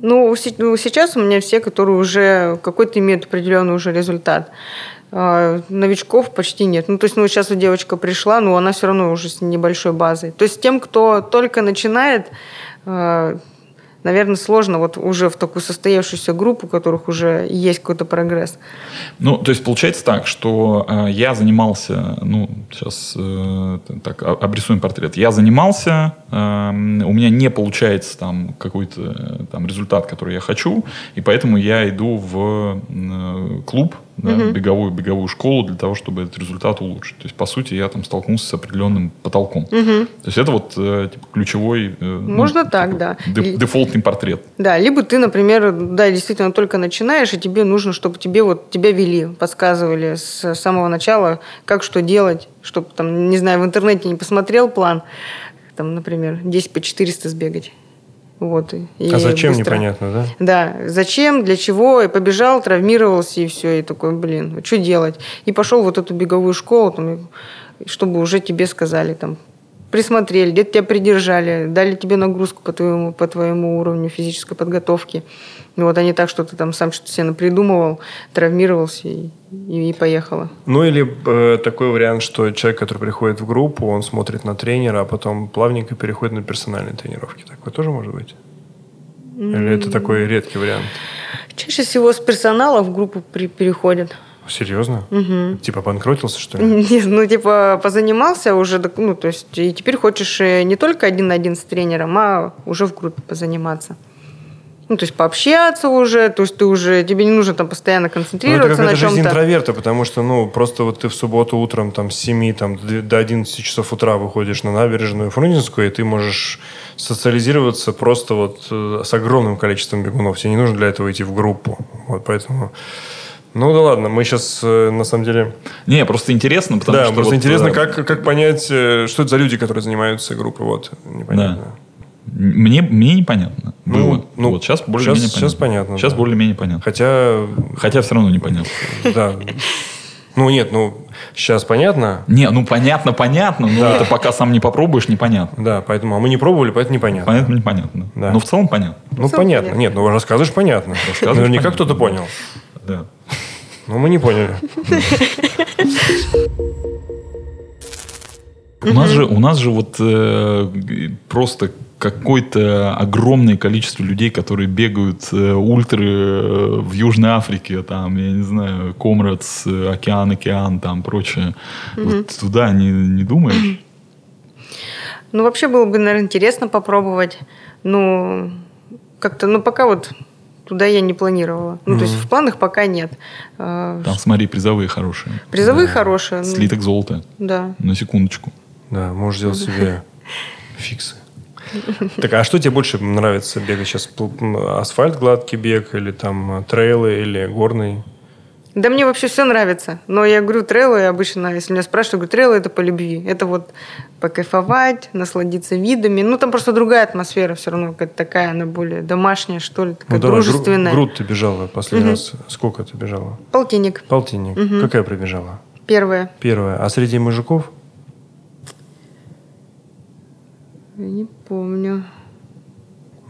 Ну, се- ну, сейчас у меня все, которые уже какой-то имеют определенный уже результат. А, Новичков почти нет. Ну, то есть, ну, сейчас вот девочка пришла, но она все равно уже с небольшой базой. То есть, тем, кто только начинает, а, наверное, сложно вот уже в такую состоявшуюся группу, у которых уже есть какой-то прогресс.
Ну, то есть получается так, что э, я занимался, ну, сейчас э, так о- обрисуем портрет. Я занимался, эм, у меня не получается там какой-то э, там результат, который я хочу, и поэтому я иду в м, э, клуб, да, беговую беговую школу для того, чтобы этот результат улучшить. То есть по сути я там столкнулся с определенным потолком. То есть это вот э, типа, ключевой. э, ну,
Можно так,
такой
да.
де-
И-
Дефолтный портрет.
Да, либо ты, например, да, действительно только начинаешь, и тебе нужно, чтобы тебе вот тебя вели, подсказывали с самого начала, как что делать, чтобы там, не знаю, в интернете не посмотрел план, там, например, 10 по 400 сбегать. Вот. и- и
А зачем,
быстро.
непонятно, да?
Да, зачем, для чего, и побежал, травмировался, и все, и такой, блин, а что делать? И пошел вот эту беговую школу, там, и- чтобы уже тебе сказали, там, присмотрели, где-то тебя придержали, дали тебе нагрузку по твоему, по твоему уровню физической подготовки. Ну, вот, а не так, что ты там сам что-то себе напридумывал, травмировался и, и- и поехала.
Ну или э, такой вариант, что человек, который приходит в группу, он смотрит на тренера, а потом плавненько переходит на персональные тренировки. Такое тоже может быть? Или это такой редкий вариант?
Чаще всего с персонала в группу при- переходят.
Серьезно?
Мгм.
Типа банкротился, что ли?
Нет, ну, типа, позанимался уже, так, ну, то есть, и теперь хочешь э, не только один на один с тренером, а уже в группе позаниматься. Ну, то есть, пообщаться уже, то есть, ты уже, тебе не нужно там постоянно
Ну, это
концентрироваться на
какая-то жизнь
чем-то.
интроверта, потому что, ну, просто вот ты в субботу утром там с 7 там, д- до 11 часов утра выходишь на набережную Фрунзенскую, и ты можешь социализироваться просто вот э, с огромным количеством бегунов. Тебе не нужно для этого идти в группу. Вот поэтому... Ну да ладно, мы сейчас на самом деле...
Не, просто интересно, потому
да,
что
просто
вот,
интересно,
э,
как, как понять, э, что это за люди, которые занимаются группой. Вот, непонятно.
Мне, мне непонятно.
Ну,
Было.
ну,
вот сейчас более
щас- щас понятно,
Сейчас
да.
более-менее понятно.
Хотя,
Хотя все равно непонятно.
да. Ну нет, ну, сейчас понятно.
Не, ну понятно, понятно, но это пока сам не попробуешь, непонятно.
Да, поэтому... А мы не пробовали, поэтому непонятно.
Понятно, непонятно.
Да.
Но в целом понятно.
Ну,
целом
понятно.
понятно.
Нет, ну рассказываешь, понятно.
Рассказываешь,
Наверняка
понятно.
кто-то понял.
Да.
Но мы не поняли.
У нас же, у нас же вот э, г- просто какое-то огромное количество людей, которые бегают э, ультры э, в Южной Африке, там, я не знаю, Комрадс, э, Океан, Океан, там, прочее. Вот туда не, не думаешь?
Ну, вообще было бы, наверное, интересно попробовать. Ну, как-то, ну, пока вот туда я не планировала. Ну, то есть, в планах пока нет. А,
Там, смотри, призовые хорошие.
Призовые хорошие. ну,
Слиток золота.
Да.
На секундочку.
Да, можешь сделать себе фиксы. Так, а что тебе больше нравится бегать сейчас? Пл- м, Асфальт гладкий бег или там э, трейлы или горный? Ну,
Да мне вообще все нравится. Но я говорю, трейлы обычно, если меня спрашивают, говорю, трейлы это по любви. Это вот покайфовать, насладиться видами. Ну, там просто другая атмосфера все равно, какая-то такая, она более домашняя, что ли, такая
Ну, давай, гру-
дружественная.
груд ты бежала последний раз. Сколько ты бежала?
Полтинник
Полтинник.
Мгм.
Какая пробежала?
первое.
Первая. А среди мужиков?
Я не помню.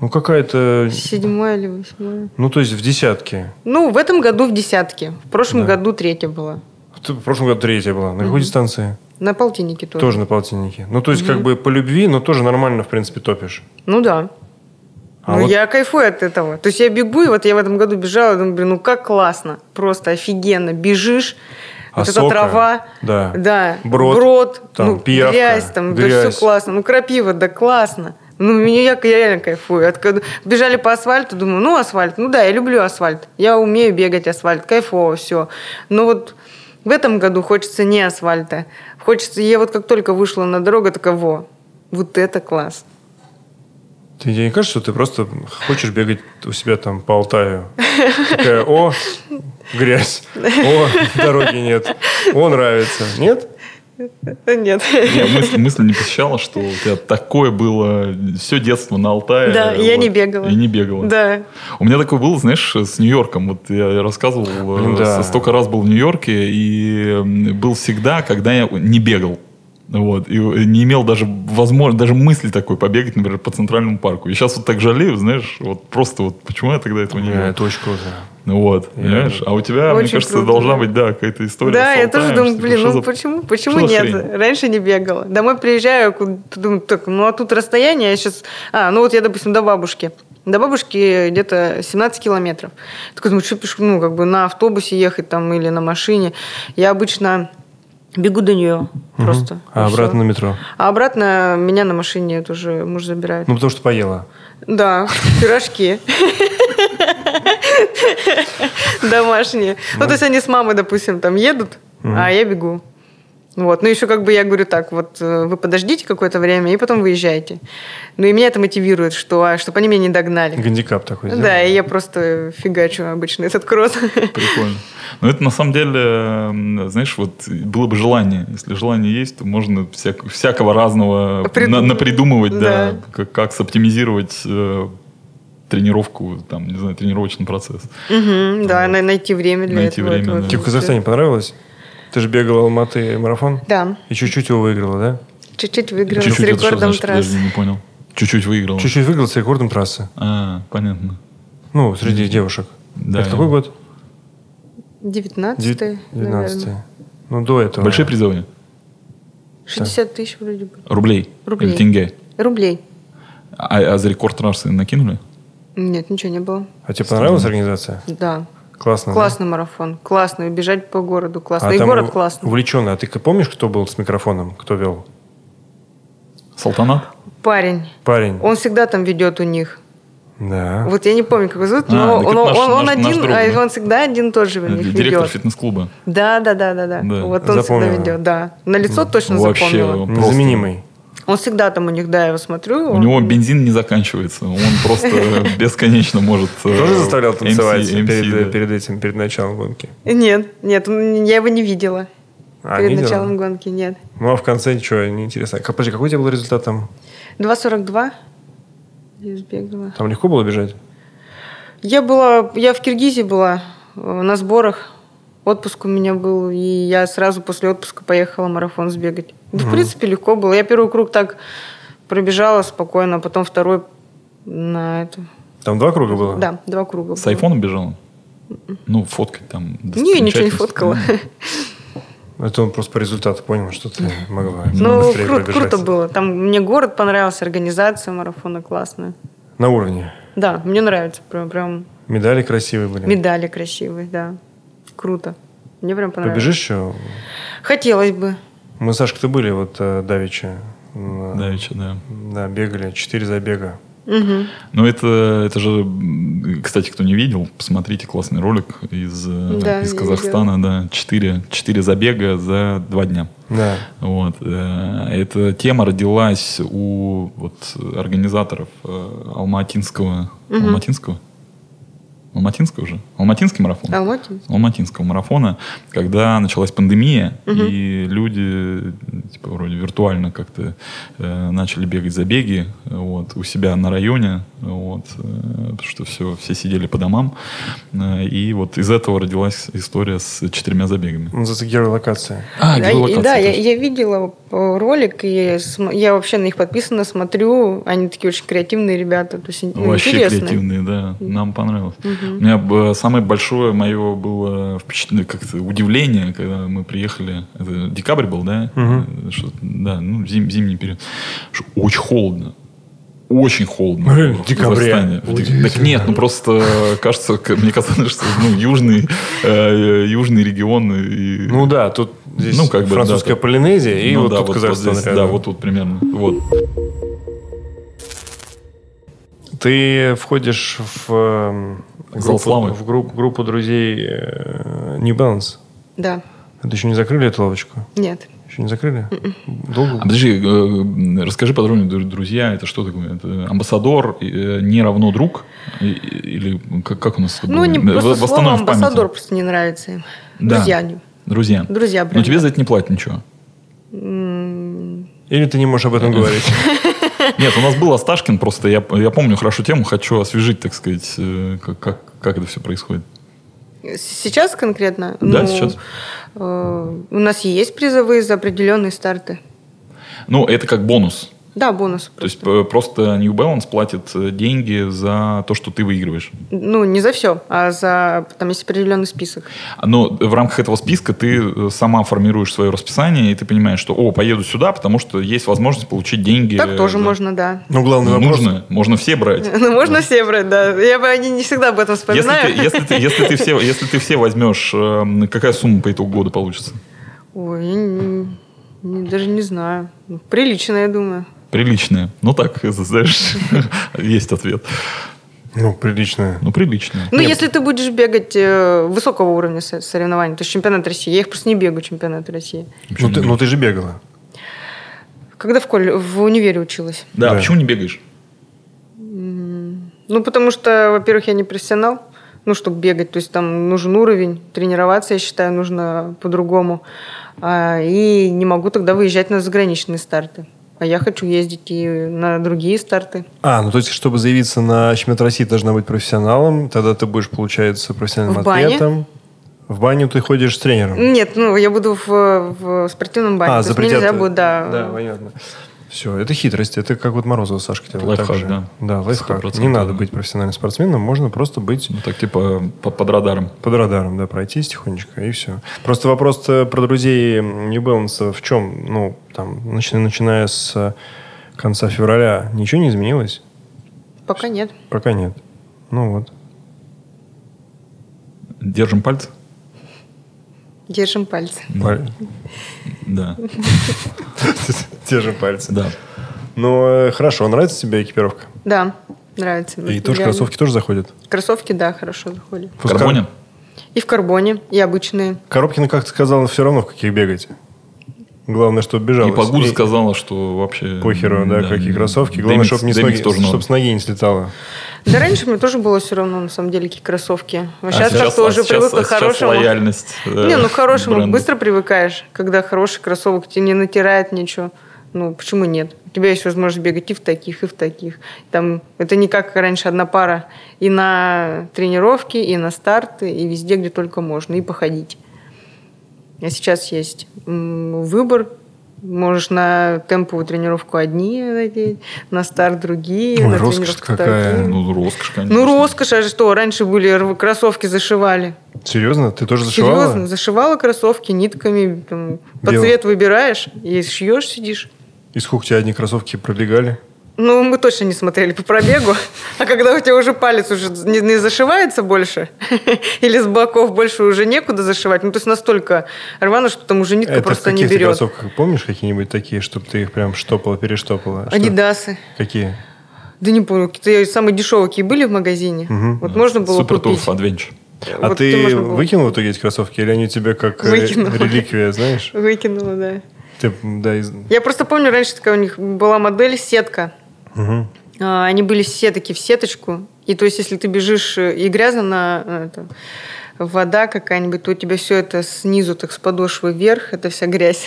Ну, какая-то...
Седьмое или восьмое.
Ну, то есть в десятке.
Ну, в этом году в десятке. В прошлом
Да.
году третье было.
Ты- В прошлом году третья была. На какой дистанции?
На полтиннике тоже.
Тоже на полтиннике. Ну, то есть, как бы по любви, но тоже нормально, в принципе, топишь.
Ну да.
А
ну,
вот-
я кайфую от этого. То есть я бегу, и вот я в этом году бежала, и думаю, блин, ну как классно. Просто офигенно. Бежишь, вот эта
Осока,
трава.
А да.
Да.
Брод, там,
ну,
пиявка,
грязь, там, да
грязь.
все классно. Ну, крапива, да классно. Ну, меня я, я реально кайфую. От когда бежали по асфальту, думаю, ну, асфальт, ну да, я люблю асфальт. Я умею бегать асфальт, кайфово, все. Но вот в этом году хочется не асфальта. Хочется, я вот как только вышла на дорогу, такая, во, вот это класс.
Ты тебе не кажется, что ты просто хочешь бегать у себя там по Алтаю? Такая, о, грязь, о, дороги нет, о, нравится. Нет?
Да Нет.
Не, мысль, мысль не посещала, что у тебя такое было все детство на Алтае.
Да, и я не бегала.
И не бегала.
Да.
У меня такое было, знаешь, с Нью-Йорком. Вот я рассказывал, э,
Блин, да.
со- столько раз был в Нью-Йорке, и м, был всегда, когда я не бегал. Вот. И э, не имел даже возможности, даже мысли такой побегать, например, по Центральному парку. И сейчас вот так жалею, знаешь, вот просто вот почему я тогда этого не делал.
Это очень круто.
Ну Вот,
Я-
понимаешь? А у тебя, мне
Э, Очень
кажется,
круто,
должна
да.
быть, да, какая-то история.
Да,
с
я тоже
Алтаем,
думаю,
что
блин,
типа, что
ну
за-
почему, почему
за
нет?
хрень?
Раньше не бегала. Домой приезжаю, куда- думаю, так, ну а тут расстояние, я сейчас... А, ну вот я, допустим, до бабушки. До бабушки где-то 17 километров. Такой, думаю, что пешком, ну, как бы на автобусе ехать там или на машине. Я обычно бегу до нее просто.
А
И всё.
обратно на метро.
А обратно меня на машине тоже муж забирает.
Ну, потому что поела.
Да, пирожки. Домашние. Ну, то есть они с мамой, допустим, там едут, а я бегу. Вот. Ну, еще как бы я говорю так, вот э, вы подождите какое-то время и потом выезжайте. Ну, и меня это мотивирует, что, чтобы они меня не догнали.
Гандикап такой. сделал.
Да, и я просто фигачу обычно этот кросс.
Прикольно. Но это на самом деле, м, знаешь, вот было бы желание. Если желание есть, то можно всяк- всякого разного
Придум-
на- напридумывать, да,
Да.
как, как соптимизировать э, тренировку, там, не знаю, тренировочный процесс.
Мгм, Да, на- найти время для
Найти
этого.
время,
этого
да.
Тебе в
всего.
Казахстане понравилось? Ты же бегала Алматы марафон?
Да,
И чуть-чуть его выиграла, да?
чуть-чуть выиграла с
Чуть-чуть это что
рекордом
значит?
трасс.
Подожди, не понял. Чуть-чуть выиграл.
Чуть-чуть выиграла с рекордом трассы.
А, понятно.
Ну, среди девушек.
Да,
Это какой
я-
год?
19
19
наверное.
Ну, до этого.
Большие призовые?
60 тысяч вроде бы.
Рублей?
Рублей.
Или тенге?
Рублей.
А, а за рекорд трассы накинули?
Нет, ничего не было.
А тебе понравилась организация?
Да.
Классно. да?
Классный марафон. Классно. Бежать по городу классно.
А
И
там
город
ув-
классный.
Увлеченно. А ты к- помнишь, кто был с микрофоном, кто вел?
Салтанат?
Парень.
Парень.
Он всегда там ведет у них.
Да.
Вот я не помню, как его зовут,
А,
но он,
так это наш-
он- он
наш- наш
один,
друг,
а
да. Э,
он всегда один тоже у них
Директор
ведет.
фитнес-клуба.
Да, да, да, да, да.
Да.
Вот он
Запомнила.
всегда ведет, да. На лицо точно
Вообще,
запомнила.
он просто-
Незаменимый.
Он всегда там у них, да, я его смотрю.
У
он-
него бензин не заканчивается. Он просто бесконечно может... э,
Тоже заставлял танцевать
MC,
перед,
да.
э, перед этим, перед началом гонки?
Нет, нет, он- я его не видела.
А,
перед
не делал?
началом гонки, нет.
Ну, а в конце что, неинтересно. Как- Подожди, какой у тебя был результат там?
2.42 я сбегала.
Там легко было бежать?
Я была, я в Киргизии была э, на сборах. Отпуск у меня был, и я сразу после отпуска поехала марафон сбегать. Да, в принципе, легко было. Я первый круг так пробежала спокойно, а потом второй на это.
Там два круга было?
Да, два круга.
С
было.
айфоном бежал? Ну, фоткать там.
Не, ничего не
достопримечательности.
фоткала.
Это он просто по результату понял, что ты могла
Ну,
быстрее
кру-
пробежать.
круто было. Там мне город понравился, организация марафона классная.
На уровне.
Да, мне нравится. Прям, прям
Медали красивые были.
медали красивые, да. Круто. Мне прям понравилось.
Побежишь еще?
Хотелось бы.
Мы, Сашка, ты были вот э, давеча. м,
Да, еще, да.
Да, бегали. Четыре забега.
Мгм.
Ну, это, это же, м, кстати, кто не видел, посмотрите классный ролик из, э,
Да,
из
я
Казахстана. Да, четыре, четыре забега за два дня.
Да.
Вот. э, Эта тема родилась у вот, организаторов э, Алматинского. Алматинского? Алматинского же? Алматинский марафон?
Алматин?
Алматинского марафона, когда началась пандемия, и люди э, типа, вроде виртуально как-то э, начали бегать забеги э, вот, у себя на районе, вот, э, потому что все, все сидели по домам. Э, и вот из этого родилась история с четырьмя забегами.
Ну, за геолокация.
А,
Да, и-
геолокация,
да, я,
точно.
я видела э, ролик, и см- я вообще на них подписана, смотрю. Они такие очень креативные ребята. То есть, ну,
Вообще
интересные.
креативные, да. Нам понравилось. У меня б- э, самое большое мое было впечатление, как-то удивление, когда мы приехали. Это декабрь был, да? Э, что- да, ну, зим- зимний период. Что очень холодно. Очень холодно.
Э, в
в
декабре.
Казахстане. В дек-
Удивительно.
Так нет, ну просто э, кажется, к- мне казалось, что ну, южный, э, южный регион. И...
Ну да, тут здесь
Ну, как бы, да,
французская
тут-
Полинезия и
Ну
вот
да,
тут Казахстан.
здесь,
рядом.
да, вот тут примерно. Вот.
Ты входишь в, эм,
Зал
группу,
славы.
в групп- группу друзей э, New Balance.
Да,
Это еще не закрыли эту лавочку?
нет.
Еще не закрыли? Долго?
А подожди, э, расскажи подробнее, дру- друзья, это что такое? Это амбассадор э, не равно друг? И- и- Или как, как у нас это
Ну,
было?
не
Э,
просто
во-
слово
восстановим в памяти.
амбассадор просто не нравится им.
Да.
Друзья они.
Друзья.
Друзья
Но
бренда.
тебе за это не платят ничего.
Или ты не можешь об
Э,
этом говорить?
Нет, у нас был Асташкин, просто я, я помню хорошо тему, хочу освежить, так сказать, э, как, как, как это все происходит.
С- Сейчас конкретно? Ну,
Да, сейчас.
э, у нас есть призовые за определенные старты.
Ну, это как бонус.
Да, бонус.
То есть э, просто New Balance платит э, деньги за то, что ты выигрываешь.
Ну, не за все, а за... Там есть определенный список.
Но в рамках этого списка ты э, сама формируешь свое расписание, и ты понимаешь, что, о, поеду сюда, потому что есть возможность получить деньги.
так тоже
за-
можно, да.
Ну, главный
Ну,
вопрос...
нужно, можно все брать.
Ну, можно все брать, да. Я бы они не всегда об этом
Если
вспоминаю.
ты, если, ты, если, ты все, если ты все возьмешь, эм, какая сумма по итогу года получится?
Ой, я не- не- даже не знаю. Ну, Прилично, я думаю.
Приличная. Ну так, это, знаешь, есть ответ.
Ну, приличное.
Ну, приличная.
Ну, если ты будешь бегать э, высокого уровня со- соревнований, то есть чемпионат России. Я их просто не бегаю, чемпионат России.
Ну ты, ну, ты же бегала.
Когда в, колле- в универе училась.
Да,
Да.
почему не бегаешь?
Ну, потому что, во-первых, я не профессионал, ну, чтобы бегать. То есть там нужен уровень, тренироваться, я считаю, нужно по-другому. А, И не могу тогда выезжать на заграничные старты. А я хочу ездить и на другие старты.
А, ну то есть, чтобы заявиться на чемпионат России, ты должна быть профессионалом. Тогда ты будешь, получается, профессиональным
В бане?
атлетом. В баню ты ходишь с тренером.
Нет, ну, я буду в, в спортивном бане.
а,
то есть мне
запретят.
нельзя будет, да.
Да, понятно. Все, это хитрость. Это как вот Морозова Сашка делает.
Лайфхак,
так же.
да.
Да, лайфхак.
100%,
Не надо
да.
быть профессиональным спортсменом, можно просто быть
Ну, так, типа, по- под радаром.
под радаром, да, пройтись тихонечко, и все. Просто вопрос э, про друзей New Balance в чем? Ну, там, начиная, начиная с э, конца февраля, ничего не изменилось?
Пока нет.
Пока нет. Ну вот.
Держим пальцы?
Держим пальцы.
Паль-
Да,
Те же пальцы.
да.
Ну, э, хорошо, нравится тебе экипировка?
Да, нравится.
И тоже
Ну, Я-
кроссовки тоже заходят?
Кроссовки, да, хорошо заходят.
Пускай-
Карбонин?
И в карбоне, и обычные.
Коробкина как-то сказала, все равно в каких бегать. Главное, чтобы бежал.
И Погода сказала, что вообще...
Похеру, да, какие кроссовки. Главное, чтобы не с ноги- чтоб с ноги не слетало.
Да раньше мне тоже было все равно, на самом деле, какие кроссовки. А сейчас
как
как-то уже привыкла к хорошему.
а лояльность. э,
Не, ну к хорошему
бренду.
быстро привыкаешь, когда хороший кроссовок тебе не натирает ничего. Ну, почему нет? У тебя есть возможность бегать и в таких, и в таких. Там, это не как раньше одна пара. И на тренировки, и на старты, и везде, где только можно, и походить. А сейчас есть м, выбор. Можешь на темповую тренировку одни надеть, на старт другие,
Ой,
на
роскошь
тренировку
какая.
такие.
Ну, роскошь, конечно.
Ну, роскошь, а что, раньше были рв- кроссовки зашивали.
Серьезно? Ты тоже зашивала?
Серьезно, зашивала кроссовки нитками, там, по
Бело.
цвет выбираешь и шьешь, сидишь.
И сколько у тебя одни кроссовки пролегали?
Ну, мы точно не смотрели по пробегу. А когда у тебя уже палец уже не, не зашивается больше, или с боков больше уже некуда зашивать, ну, то есть настолько рвано, что там уже нитка
Это в
просто не
каких ты
берет.
кроссовках помнишь какие-нибудь такие, чтобы ты их прям штопала, перештопала? Что-
Адидасы.
Какие?
Да не помню, какие-то самые дешевые какие были в магазине. Вот можно было
Супер
купить.
Туф Adventure.
А
Вот
ты
можно было-
выкинул в итоге эти кроссовки? Или они у тебя как э,
Выкинула.
реликвия, знаешь?
Выкинула, да.
Ты, да, из-
Я просто помню, раньше такая у них была модель сетка.
Мгм.
А, Они были все такие в сеточку. И то есть, если ты бежишь э, и грязно на э, это, вода какая-нибудь, то у тебя все это снизу, так с подошвы вверх, это вся грязь.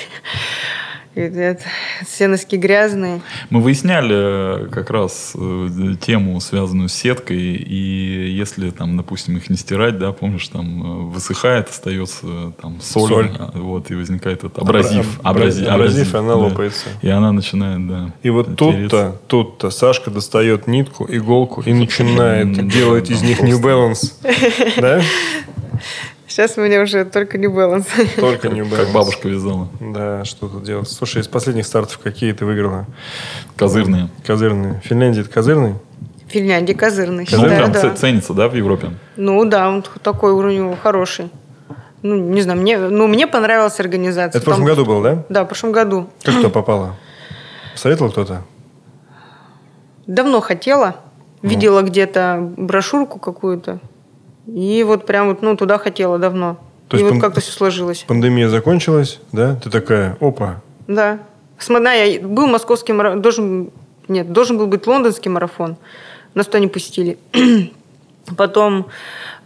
И это- Все носки грязные.
Мы выясняли э, как раз э, тему, связанную с сеткой, и если там, допустим, их не стирать, да, помнишь, там э, высыхает, остается э, там соль,
Соль.
а, вот, и возникает этот абразив.
Абра- абразив, она
да.
лопается.
И она начинает, да.
И вот
тереться.
тут-то, тут-то Сашка достает нитку, иголку и начинает
М,
делать из
да,
них New Balance. Да?
Сейчас у меня уже только не баланс.
Только New Balance.
Как бабушка вязала.
Да, что тут делать? Слушай, из последних стартов какие ты выиграла?
Козырные.
Козырные. Финляндия это козырный?
Финляндия козырный,
Ну,
считаю,
прям
да.
ц- ценится, да, в Европе?
Ну да, он х- такой уровень у него хороший. Ну, не знаю, мне, ну, мне понравилась организация.
Это в прошлом
Там-
году было, да?
Да, в прошлом году.
Как туда попала? Посоветовал кто-то?
Давно хотела, видела где-то брошюрку какую-то. И вот прям вот, ну, туда хотела давно.
То
и
есть
вот
пан-
как-то все сложилось.
Пандемия закончилась, да? Ты такая, опа,
Да. Смотри, я был московский марафон, должен, нет, должен был быть лондонский марафон. Нас туда не пустили. Потом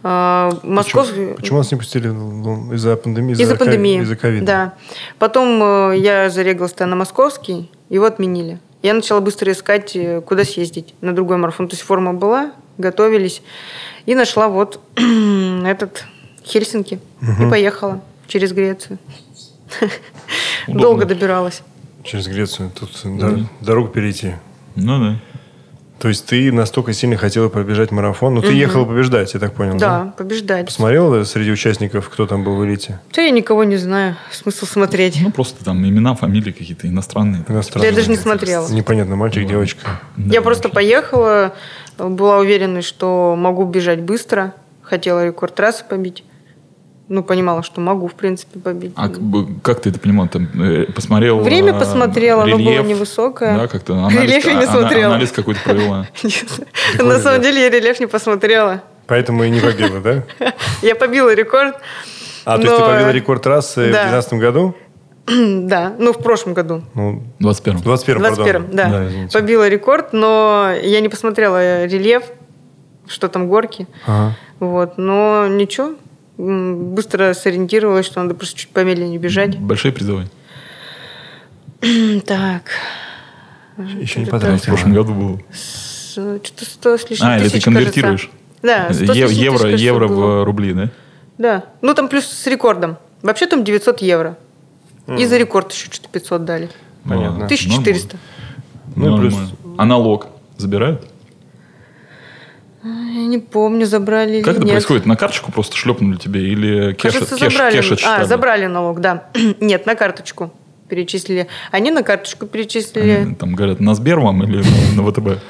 э, московский...
Почему, почему нас не пустили ну, из-за пандемии?
Из-за
кови-
пандемии.
Из-за ковида.
Да. Потом э, я зарегалась на московский, его отменили. Я начала быстро искать, э, куда съездить на другой марафон. То есть форма была, готовились. И нашла вот этот Хельсинки. И поехала через Грецию.
Удобно.
Долго добиралась.
через Грецию. Тут дор- дорогу перейти.
Ну да.
То есть ты настолько сильно хотела пробежать марафон, но ты ехала побеждать, я так понял, да?
Да, побеждать.
Посмотрела среди участников, кто там был в элите?
Да я никого не знаю. Смысл смотреть.
Ну, просто там имена, фамилии какие-то иностранные.
Иностранные.
Я даже не смотрела.
Непонятно, мальчик, девочка.
Я просто поехала, была уверена, что могу бежать быстро. Хотела рекорд трассы побить. Ну, понимала, что могу, в принципе, побить. Ну,
А к- б- как ты это понимал? Там, э, посмотрел
Время
э,
посмотрела, оно было
рельеф,
невысокое.
Да, как-то анализ,
Рельеф я не
а- ана-
смотрела.
анализ какой-то провела.
На самом деле я рельеф не посмотрела.
Поэтому и не побила, да?
Я побила рекорд.
А, то есть ты
Но, э,
побила рекорд трассы в
да.
2019 году?
Да, ну в прошлом году.
Ну,
21
в 21
В 21
пардон.
да.
извините.
побила рекорд, но я не посмотрела рельеф, что там горки.
Ага.
Вот, но ничего. М, Быстро сориентировалась, что надо просто чуть помедленнее бежать.
Большой призовой.
Так,
Еще не
Да,
Да, в
потратила.
прошлом году был.
что-то 100 с лишним
А, или
тысяч,
ты конвертируешь?
кажется. Да, 100 с
Е-
лишним
евро
тысяч, кажется,
евро
было.
в рубли, да?
Да, ну там плюс с рекордом. Вообще там 900 евро. И за рекорд еще что-то 500 дали.
Понятно.
Ладно,
1400.
Ну,
нормально.
плюс-
Нормально. А налог забирают?
Я не помню, забрали
Как
или
это
нет.
происходит? На карточку просто шлепнули тебе или кеш,
Кажется,
кеш,
забрали.
кеш
а,
отсчитали?
забрали налог, да. Нет, на карточку перечислили. Они на карточку перечислили
Они Там говорят, на Сбер вам или на- на ВТБ?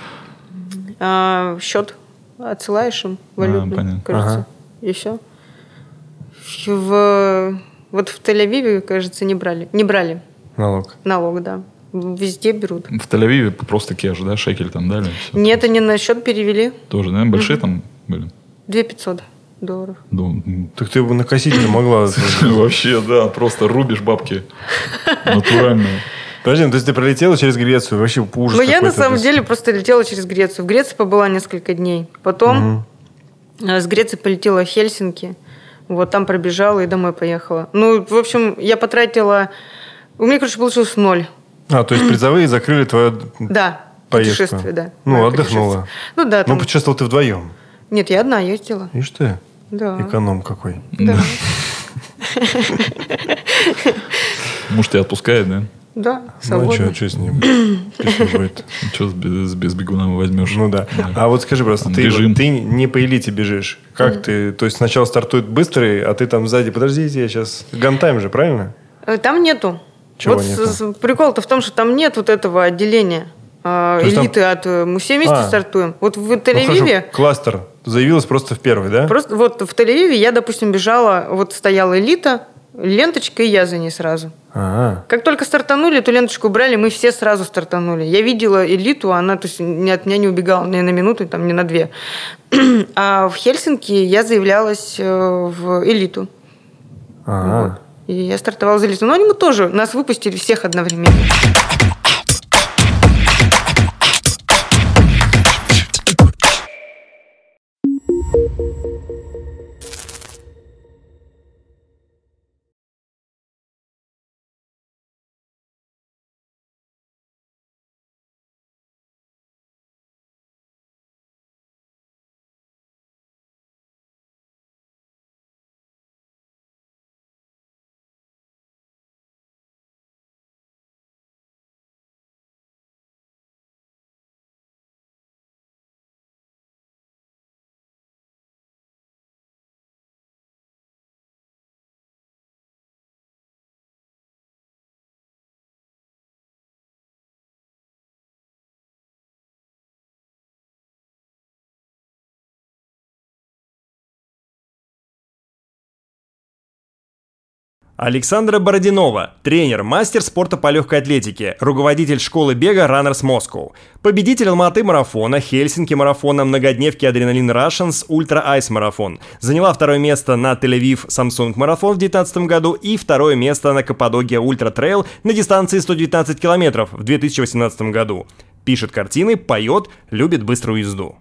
а, счет. Отсылаешь им валютный,
А, понятно.
кажется.
Ага.
И все. В, вот в Тель-Авиве, кажется, не брали. Не брали
Налог.
налог, да. Везде берут.
В Тель-Авиве просто кеш, да, шекель там дали? всё.
Нет, они на счет перевели
Тоже, да, большие там были?
2500 долларов.
Ну, м,
Так ты бы накосить не могла.
Вообще, да, просто рубишь бабки. Натурально.
Подожди, ну, то есть ты пролетела через Грецию, вообще ужас
Ну, я на
какой-то, то
самом
есть-
деле просто летела через Грецию. В Греции побыла несколько дней. Потом э, с Греции полетела в Хельсинки. Вот там пробежала и домой поехала. Ну, в общем, я потратила... У меня, короче, получилось ноль.
А, то есть призовые закрыли Ну, твое...
Да.
Поездка.
Путешествие, да.
Ну,
Мое
отдохнула.
путешествие. Ну, да.
Ну,
Там...
путешествовал ты вдвоем.
Нет, я одна ездила.
Ишь ты,
Да.
эконом какой.
Да.
Муж тебя отпускает, да?
Да,
Ну,
свободно.
что, что с ним? Что с ним будет?
Че «Ну, с без без бегуна возьмешь?
Ну да. А вот скажи просто,
Там
ты,
режим.
ты не по элите бежишь. Как ты? То есть сначала стартует быстрый, а ты там сзади. Подождите, я сейчас... Гантайм же, правильно?
Э, Там нету.
Чего
вот с-
нету?
с- прикол-то в том, что там нет вот этого отделения э,
есть там-
элиты от... э, Мы все вместе
А.
стартуем. Вот в
Ну, хорошо,
Тель-Авиве...
кластер. Заявилась просто в первый, да?
Просто вот в Тель-Авиве я, допустим, бежала, вот стояла элита, ленточка, и я за ней сразу.
А,
Как только стартанули, эту ленточку убрали, мы все сразу стартанули. Я видела элиту, она то есть, ни от меня не убегала ни на минуту, там, ни на две. А в Хельсинки я заявлялась э, в элиту.
а.
Вот. И я стартовала за элиту. Но они мы тоже, нас выпустили всех одновременно.
Александра Бородинова, тренер, мастер спорта по легкой атлетике, руководитель школы бега Runners Moscow, победитель Алматы марафона, Хельсинки марафона, многодневки Адреналин Russians, Ультра Айс марафон. Заняла второе место на Тель-Авив Samsung марафон в 2019 году и второе место на Каппадокия Ультра Трейл на дистанции 119 километров в 2018 году. Пишет картины, поет, любит быструю езду.